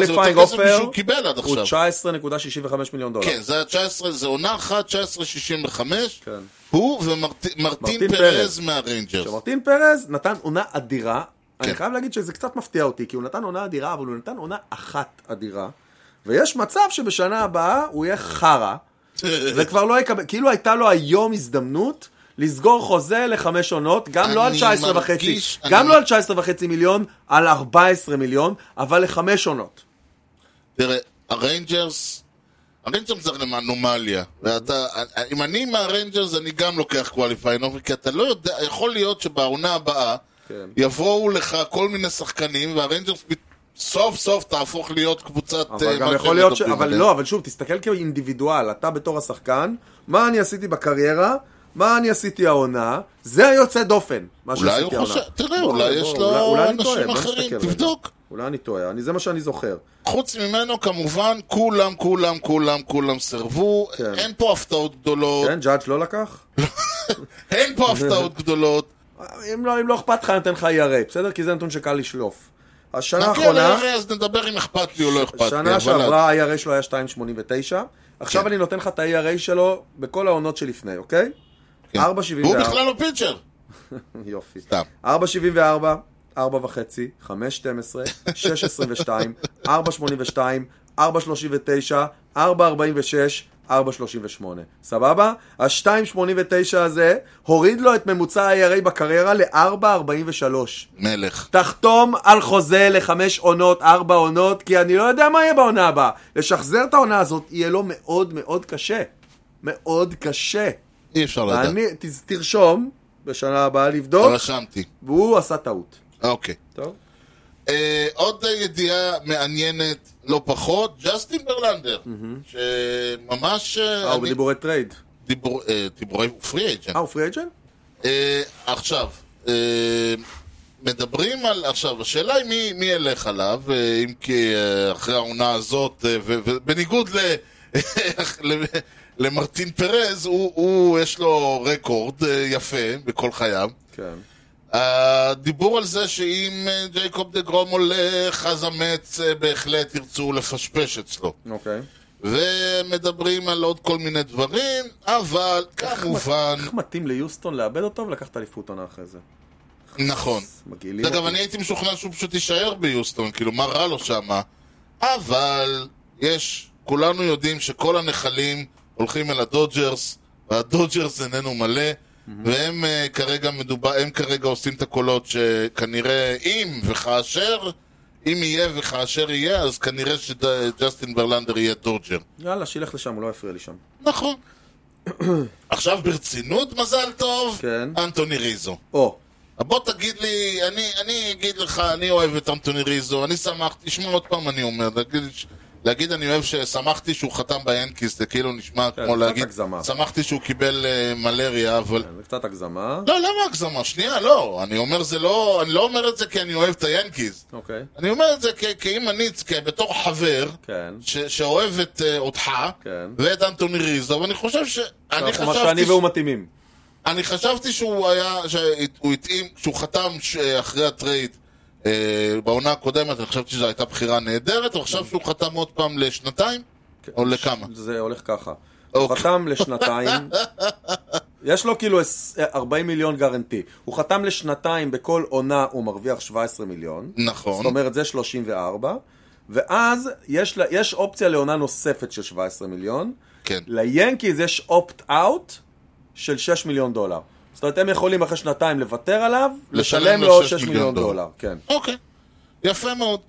זה
ה-qualifying
יותר כסף
offer
משהוא קיבל עד
הוא
עכשיו.
19.65 מיליון דולר.
כן, זה היה 19, זה עונה אחת, 19.65.
כן.
הוא ומרטין
מרטין
פרז
פרז.
מהריינג'רס.
מרטין פרז נתן עונה אדירה.
כן.
אני חייב להגיד שזה קצת מפתיע אותי, כי הוא נתן עונה אדירה, אבל הוא נתן עונה אחת אדירה. ויש מצב שבשנה הבאה הוא יהיה חרא, וכבר לא יקבל, כאילו הייתה לו היום הזדמנות לסגור חוזה לחמש עונות, גם לא על
אני
19 וחצי,
מרגיש-
גם
אני-
לא על 19 וחצי מיליון, על 14 מיליון, אבל לחמש עונות.
תראה, הריינג'רס, הריינג'רס זה הרי אנומליה. ואתה, אם אני מהריינג'רס, אני גם לוקח קואליפיין אופי, כי אתה לא יודע, יכול להיות שבעונה הבאה
כן.
יבואו לך כל מיני שחקנים, והריינג'רס פת- סוף סוף תהפוך להיות קבוצת...
אבל
אה,
גם
מה
יכול
שהם
להיות ש...
מדברים
אבל
עליה.
לא, אבל שוב, תסתכל כאינדיבידואל, אתה בתור השחקן, מה אני עשיתי בקריירה, מה אני עשיתי העונה, זה היוצא דופן, מה
אולי
שעשיתי
הוא
העונה.
חושב, תראה,
בוא,
אולי יש
בוא, אולי-
לו
אולי אני טועה,
אנשים
בוא
אחרים,
נסתכל רגע.
תבדוק.
אולי אני טועה, אני- זה מה שאני זוכר.
חוץ ממנו, כמובן, כולם, כולם, כולם, כולם סירבו.
כן.
אין פה הפתעות גדולות.
כן, ג'אדג' לא לקח?
אין פה הפתעות גדולות.
אם לא, אם לא אכפת לך, אני אתן לך ERA, בסדר? כי זה נתון שקל לשלוף. השנה
נגיע
האחרונה,
ל-ERA, אז נדבר אם אכפת לי או לא אכפת לי. אבל
אה, שנה שעברה ה-ERA שלו היה 2.89, עכשיו אני נותן לך את ה-ERA שלו בכל העונות שלפני, אוקיי?
כן.
4.74.
והוא בכלל לא פיצ'ר.
יופי.
סתם.
474, 4 וחצי, 512, 622, 482, 439, 446, 438. סבבה? ה-289 הזה הוריד לו את ממוצע ה-IRA בקריירה ל-443.
מלך.
תחתום על חוזה לחמש עונות, ארבע עונות, כי אני לא יודע מה יהיה בעונה הבאה. לשחזר את העונה הזאת יהיה לו מאוד מאוד קשה. מאוד קשה.
אי אפשר לדעת.
ואני, ת- תרשום בשנה הבאה לבדוק.
רשמתי.
והוא עשה טעות.
אוקיי.
טוב.
אה, עוד ידיעה מעניינת לא פחות, ג'סטין ברלנדר, שממש... אה,
אה, הוא
אני-
בדיבורי טרייד.
דיבור- אה, דיבורי... הוא פרי אייג'נט.
אה, הוא פרי אג'נט?
אה, עכשיו, אה, מדברים על... עכשיו, השאלה היא מי, מי ילך עליו, אה, אם כי אה, אחרי העונה הזאת, אה, ו- ובניגוד ל... ל- למרטין פרז, הוא, הוא יש לו רקורד אה, יפה בכל חייו.
כן.
הדיבור על זה שאם אה, ג'ייקוב דה גרום הולך, אז המץ אה, בהחלט ירצו לפשפש אצלו.
אוקיי.
ומדברים על עוד כל מיני דברים, אבל כמובן,
איך מתאים ליוסטון לאבד אותו ולקחת אליפות עונה אחרי זה?
נכון.
מגעילים
אגב,
אותי.
אני הייתי משוכנע שהוא פשוט יישאר ביוסטון, כאילו, מה רע לו שמה? אבל יש, כולנו יודעים שכל הנחלים הולכים אל הדודג'רס, והדודג'רס איננו מלא, והם אה, כרגע מדובר, הם כרגע עושים את הקולות שכנראה אם וכאשר, אם יהיה וכאשר יהיה, אז כנראה שג'סטין ברלנדר יהיה דודג'ר.
יאללה, שילך לשם, הוא לא יפריע לי שם.
נכון. עכשיו ברצינות מזל טוב,
כן.
אנטוני ריזו.
או,
בוא תגיד לי, אני, אני אגיד לך, אני אוהב את אנטוני ריזו, אני שמחתי, תשמע עוד פעם אני אומר, להגיד, להגיד אני אוהב ששמחתי שהוא חתם ביאנקיס, זה כאילו נשמע
כן,
כמו
קצת
להגיד,
הגזמה.
שמחתי שהוא קיבל אה, מלריה, אבל...
כן, זה קצת הגזמה.
לא, למה הגזמה? שנייה, לא. אני אומר זה לא, אני לא אומר את זה כי אני אוהב את היאנקיז.
אוקיי.
אני אומר את זה כ- כאם אני, כ- בתור חבר,
כן.
ש- שאוהב את אה, אותך,
כן.
ואת אנטוני ריזו, ואני חושב ש... אני
אנחנו- מה
חשבתי...
שאני
ש-
והוא מתאימים.
אני חשבתי שהוא היה, שהוא התאים, שהוא חתם ש- אחרי הטרייד אה, בעונה הקודמת, אני חשבתי שזו הייתה בחירה נהדרת, אבל עכשיו שהוא חתם עוד פעם לשנתיים, או לכמה?
זה הולך ככה. הוא
אוקיי.
חתם לשנתיים, יש לו כאילו עש- 40 מיליון גרנטי. הוא חתם לשנתיים, בכל עונה הוא מרוויח 17 מיליון.
נכון.
זאת אומרת, זה 34. ואז יש, לה, יש אופציה לעונה נוספת של 17 מיליון.
כן.
ליאנקיז יש אופט-אאוט של 6 מיליון דולר. זאת אומרת, הם יכולים אחרי שנתיים לוותר עליו,
לשלם
לשלם
לו
לו
שש
6
מיליון
מיליון
דולר.
דולר. כן.
אוקיי, יפה מאוד.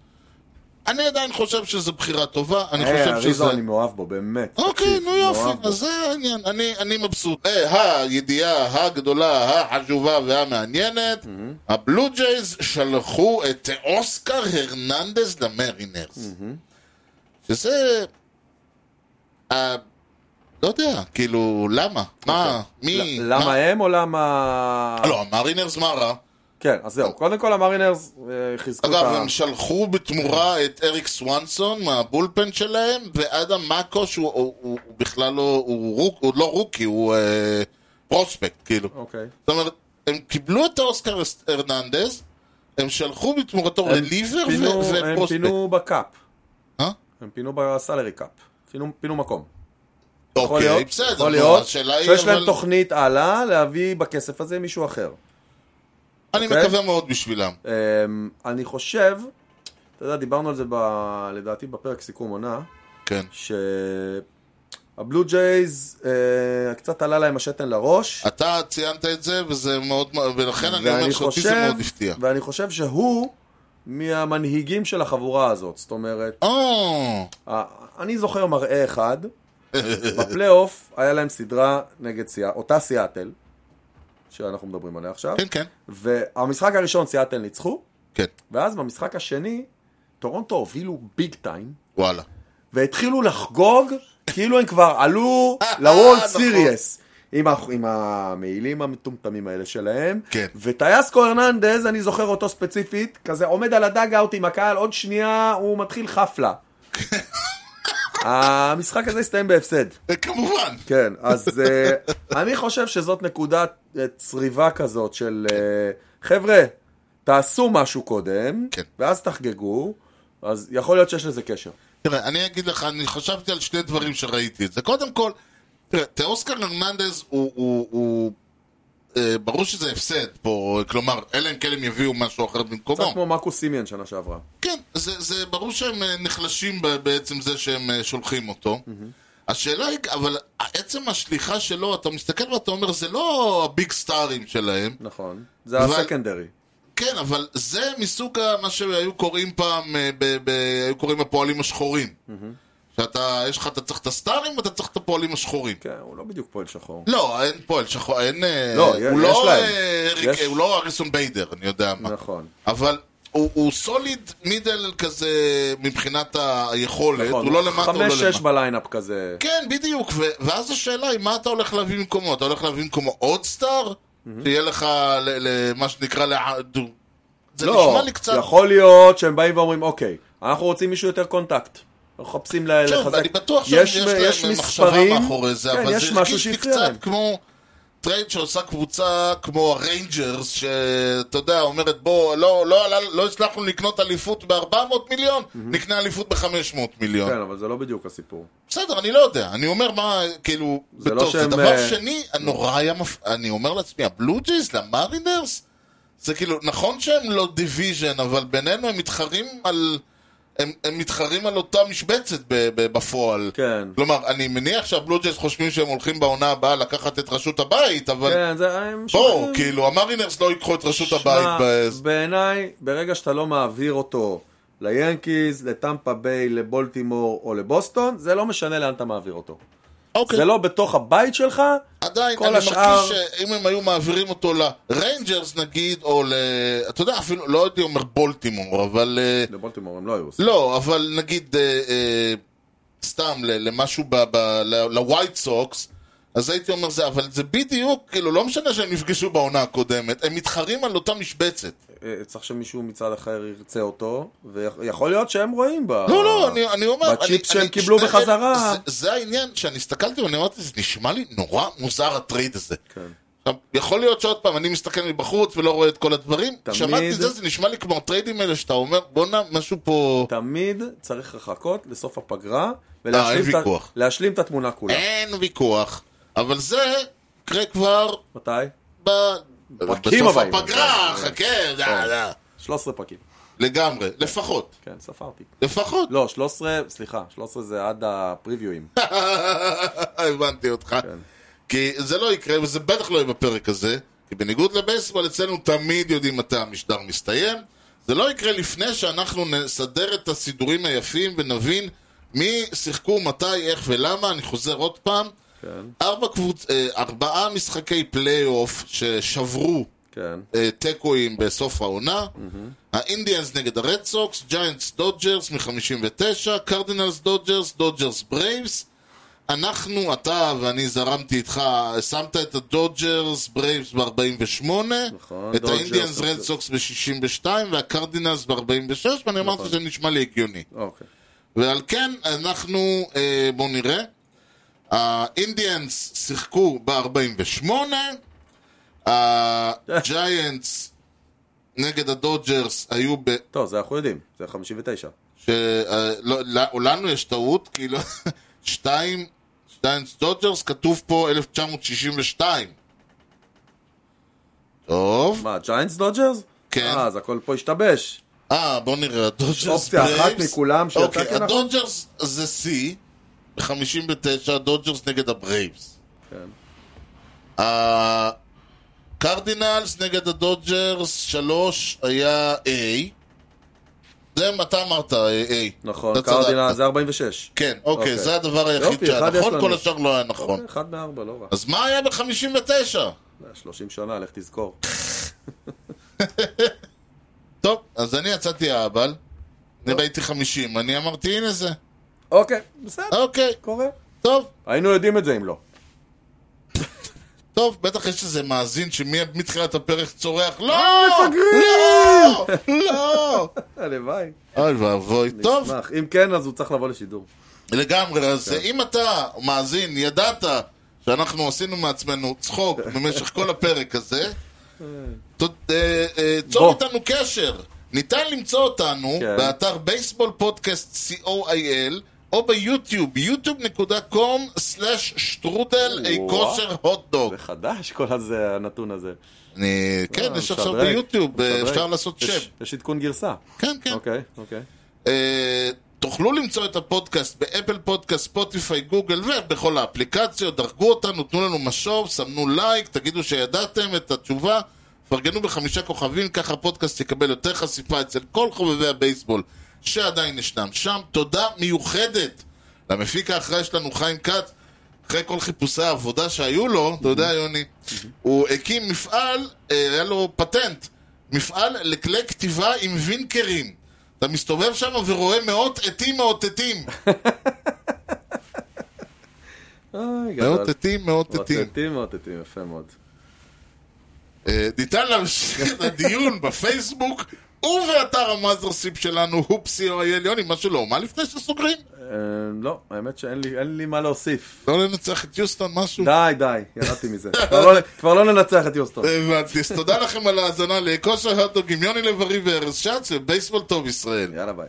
אני עדיין חושב שזו בחירה טובה, אני
היי,
חושב שזה...
אריזו, אה, אני מאוהב בו, באמת.
אוקיי,
תקשיב,
נו יופי,
מאוהב בו.
אז זה העניין. אני, אני מבסוט. אה, הידיעה הגדולה, החשובה והמעניינת,
Mm-hmm.
הבלו ג'ייז שלחו את אוסקר הרננדז למרינרס.
Mm-hmm.
שזה... אה, לא יודע, כאילו, למה? מה? מי?
אוקיי. ל- למה
מה?
הם או למה...
לא, המרינרס מה רע?
כן, אז זהו. קודם כל המרינרס אה, חיזקו את
אגב,
ה...
הם שלחו בתמורה את אריק סוונסון מהבולפן שלהם, ואדם מאקו, שהוא הוא- הוא- הוא בכלל לא, הוא רוק- הוא לא רוקי, הוא אה, פרוספקט, כאילו.
אוקיי.
זאת אומרת, הם קיבלו את האוסקר הרננדז, הם שלחו בתמורתו
הם
רליבר
פינו-
ו-
הם
ופרוספקט.
פינו בקאפ.
אה?
הם פינו בסלרי קאפ. פינו- פינו מקום. יכול
אוקיי,
להיות,
בסדר.
יכול
נו,
להיות,
השאלה היא,
שיש להם
אבל
תוכנית הלאה להביא בכסף הזה מישהו אחר.
אני
אוקיי?
מקווה מאוד בשבילם.
אמ, אני חושב, אתה יודע, דיברנו על זה ב... לדעתי בפרק סיכום עונה,
כן.
שהבלו ג'ייז אה, קצת עלה להם השתן לראש,
אתה ציינת את זה, וזה מאוד, ולכן אני אומר שאותי זה מאוד הפתיע.
ואני חושב שהוא מהמנהיגים של החבורה הזאת. זאת אומרת,
או,
אה, אני זוכר מראה אחד, בפלייאוף היה להם סדרה נגד סיא- אותה סיאטל, שאנחנו מדברים עליה עכשיו,
כן, כן,
והמשחק הראשון סיאטל ניצחו,
כן,
ואז במשחק השני, טורונטו הובילו ביג טיים,
וואלה.
והתחילו לחגוג כאילו הם כבר עלו לוולד
נכון.
סיריוס. עם, ה... עם המעילים המטומטמים האלה שלהם.
כן.
וטייסקו הרננדז, אני זוכר אותו ספציפית, כזה עומד על הדאגאוט עם הקהל, עוד שנייה הוא מתחיל חפלה. המשחק הזה הסתיים בהפסד.
אה, כמובן.
כן, אז uh, אני חושב שזאת נקודת אה, צריבה כזאת של uh, חבר'ה, תעשו משהו קודם,
כן.
ואז תחגגו, אז יכול להיות שיש לזה קשר.
תראה, אני אגיד לך, אני חשבתי על שני דברים שראיתי את זה. קודם כל, תראה, תאוסקר הרננדז הוא, הוא, הוא אה, ברור שזה הפסד פה, כלומר, אלא אם כן הם יביאו משהו אחר
קצת
במקומו.
כמו מרקו סימיאן שנה שעברה.
כן, זה, זה ברור שהם אה, נחלשים ב- בעצם זה שהם אה, שולחים אותו. השאלה היא, אבל עצם השליחה שלו, אתה מסתכל ואתה אומר, זה לא הביג סטארים שלהם.
נכון. זה
אבל-
הסקנדרי.
כן, אבל זה מסוג ה- מה שהיו קוראים פעם, אה, ב, ב, היו קוראים הפועלים השחורים. שאתה, יש לך, אתה צריך את הסטארים ואתה צריך את הפועלים השחורים.
כן, הוא לא בדיוק פועל שחור.
לא, אין פועל שחור, אין... אה,
לא,
הוא
יש
לא,
להם.
אה, אריק-
יש-
הוא לא אריסון ביידר, אני יודע מה.
נכון.
אבל הוא, הוא סוליד מידל כזה מבחינת היכולת,
נכון.
הוא לא למטה, הוא לא
חמש, שש
למטה.
בליינאפ כזה.
כן, בדיוק, ו- ואז השאלה היא מה אתה הולך להביא במקומו, אתה הולך להביא במקומו עוד סטאר? שיהיה לך, ל- למה שנקרא, לה- זה
לא,
נשמע לי קצת...
יכול להיות שהם באים ואומרים, אוקיי, אנחנו רוצים מישהו יותר קונטקט. אנחנו מחפשים ל-
שוב,
לחזק.
אני כן, בטוח שיש
יש
להם מחשבה
מספרים-
מאחורי זה,
כן,
אבל
יש
זה
משהו
הרגיש לי
שהפריע להם.
קצת כמו טרייד שעושה קבוצה כמו הריינג'רס, שאתה יודע, אומרת בוא, לא, לא, עלה- לא הצלחנו לקנות אליפות ב-400 מיליון, נקנה אליפות ב-500 מיליון.
כן, אבל זה לא בדיוק הסיפור.
בסדר, אני לא יודע, אני אומר מה, כאילו,
זה לא
בטוב. זה
שהם,
דבר
אה,
שני, נורא היה מפ... אני אומר לעצמי, הבלו ג'יז למרינרס? זה כאילו, נכון שהם לא דיוויז'ן, אבל בינינו הם מתחרים על... הם, הם מתחרים על אותה משבצת ב, ב, בפועל.
כן.
כלומר, אני מניח שהבלו ג'ייז חושבים שהם הולכים בעונה הבאה לקחת את ראשות הבית, אבל
כן, זה... הם
בואו,
שומעים.
כאילו, המרינרס לא ייקחו את ראשות
שמע,
הבית. ב...
בעיניי, ברגע שאתה לא מעביר אותו ליאנקיז, לטמפה ביי, לבולטימור או לבוסטון, זה לא משנה לאן אתה מעביר אותו.
אוקיי.
זה לא בתוך הבית שלך,
עדיין,
כל
אני
השאר-
מרגיש שאם הם היו מעבירים אותו לריינג'רס נגיד, או ל... אתה יודע, אפילו, לא הייתי אומר בולטימור, אבל... אה,
לבולטימור הם לא היו עושים.
לא, אבל נגיד, אה, אה, סתם, ל- למשהו ב... ב לווייט סוקס, אז הייתי אומר זה, אבל זה בדיוק, כאילו, לא משנה שהם נפגשו בעונה הקודמת, הם מתחרים על אותה משבצת.
אה, צריך שמישהו מצד אחר ירצה אותו, ויכול להיות שהם רואים בה.
לא, לא, אני, אני אומר...
בצ'יפס
אני-
שהם
אני-
קיבלו
שניהם-
בחזרה.
זה, זה העניין, שאני הסתכלתי ואני אמרתי, זה נשמע לי נורא מוזר הטרייד הזה.
כן.
עכשיו, יכול להיות שעוד פעם, אני מסתכל מבחוץ ולא רואה את כל הדברים.
תמיד-
שמעתי את זה, זה נשמע לי כמו הטריידים האלה שאתה אומר, בואנה, משהו פה...
תמיד צריך לחכות לסוף הפגרה,
אה, אין
ולהשלים את ה-
ויכוח. אה?
להשלים את התמונה כולה.
אין ויכוח. אבל זה, יקרה כבר
מתי?
ב...
פרקים
בסוף
הבאים. כן.
הפגרה, חכה, לא, לא.
13 פרקים.
לגמרי, לפחות,
כן, ספרתי.
לפחות.
לא, 13, סליחה, 13 זה עד הפריוויואים.
אה. הבנתי אותך. כי זה לא יקרה, וזה בטח לא יהיה בפרק הזה, כי בניגוד לבייסבול, אצלנו תמיד יודעים מתי המשדר מסתיים. זה לא יקרה לפני שאנחנו נסדר את הסידורים היפים ונבין מי שיחקו, מתי, איך ולמה. אני חוזר עוד פעם. ארבע קבוצ... אה, ארבעה משחקי פלייאוף ששברו
כן.
אה, תיקואים בסוף העונה. האינדיאנס נגד הרד סוקס, ג'יינטס דודג'רס מ-59, קרדינלס דודג'רס, דודג'רס ברייבס. אנחנו, אתה ואני זרמתי איתך, שמת את הדודג'רס ברייבס ב-48,
נכון,
את האינדיאנס
דודג'רס,
רד סוקס ב-62 והקרדינלס ב-46, ואני אמרתי שזה נשמע לי הגיוני.
אוקיי.
ועל כן אנחנו, אה, בואו נראה, האינדיאנס שיחקו ב-48, הג'יינטס נגד הדודג'רס היו ב...
טוב, זה אנחנו יודעים, זה 59.
ש... אה, לא, לא, לנו יש טעות, כי לא... שתיים, ג'יינטס דודג'רס, כתוב פה 1962. טוב,
מה, ג'יינטס דודג'רס?
כן.
אה, אז הכל פה השתבש.
אה, בוא נראה, הדודג'רס
אופציה אחת
ברייבס.
מכולם שיצאה
אוקיי,
כנכון.
הדודג'רס זה שיא, ב-59, הדודג'רס נגד הברייבס.
כן.
הקרדינלס נגד הדודג'רס, שלוש היה A. זה מה אתה אמרת, אה, A.
נכון,
אתה צדקת.
קרדינל זה 46.
כן, אוקיי,
אוקיי.
זה הדבר היחיד
יופי,
שהיה
אחד יש
נכון,
לנו.
כל השאר לא היה נכון.
אחד מארבע, לא רע.
אז מה היה ב-59?
30 שנה, לך תזכור.
טוב, אז אני יצאתי האבל, אני ראיתי 50, אני אמרתי, הנה זה.
אוקיי, בסדר,
אוקיי,
קורה.
טוב,
היינו יודעים את זה אם לא.
טוב, בטח יש איזה מאזין שמתחילת הפרק צורח, לא!
מפגרים!"
לא! לא!
הלוואי.
אוי ואבוי, טוב,
נשמח. אם כן, אז הוא צריך לבוא לשידור.
לגמרי, אז אם אתה מאזין, ידעת שאנחנו עשינו מעצמנו צחוק במשך כל הפרק הזה, ת- אה, אה, צור
בוא.
איתנו קשר. ניתן למצוא אותנו
כן.
באתר בייסבול פודקאסט co.il או ביוטיוב, yוטיוב.com/שטרודל אי
וואו.
כושר הוטדוג.
זה חדש כל הזה, הנתון הזה.
אני- כן,
אה,
יש עכשיו
משדרג,
ביוטיוב, אה,
משדרג.
אפשר לעשות
יש-
שם.
יש עדכון גרסה.
כן, כן.
אוקיי, אוקיי.
אה, תוכלו למצוא את הפודקאסט באפל פודקאסט, ספוטיפיי, גוגל ובכל האפליקציות, דרגו אותנו, תנו לנו משוב, סמנו לייק, תגידו שידעתם את התשובה, פרגנו בחמישה כוכבים, ככה הפודקאסט יקבל יותר חשיפה אצל כל חובבי הבייסבול שעדיין ישנם שם. תודה מיוחדת למפיק האחראי שלנו, חיים כץ. אחרי כל חיפושי העבודה שהיו לו, אתה יודע, יוני, הוא הקים מפעל, אה, היה לו פטנט, מפעל לכלי כתיבה עם וינקרים. אתה מסתובב שם ורואה מאות עטים מאותתים.
איי, אה, גדול.
מאות עטים מאותתים.
מאותתים, מאותתים, יפה מאוד.
אה, ניתן להמשיך את הדיון בפייסבוק ובאתר המאזרסיפ שלנו, הופסי או אייל יוני, משהו לא, מה לפני שסוגרים?
אה, לא, האמת שאין לי- אין לי מה להוסיף.
לא לנצח את יוסטון, משהו?
די, די, ירדתי מזה. כבר לא- כבר לא ננצח את יוסטון.
אה. הבנתי, אז תודה לכם על ההאזנה לכושר הדוג עם יוני לב-ארי וארז שץ ובייסבול טוב ישראל.
יאללה ביי.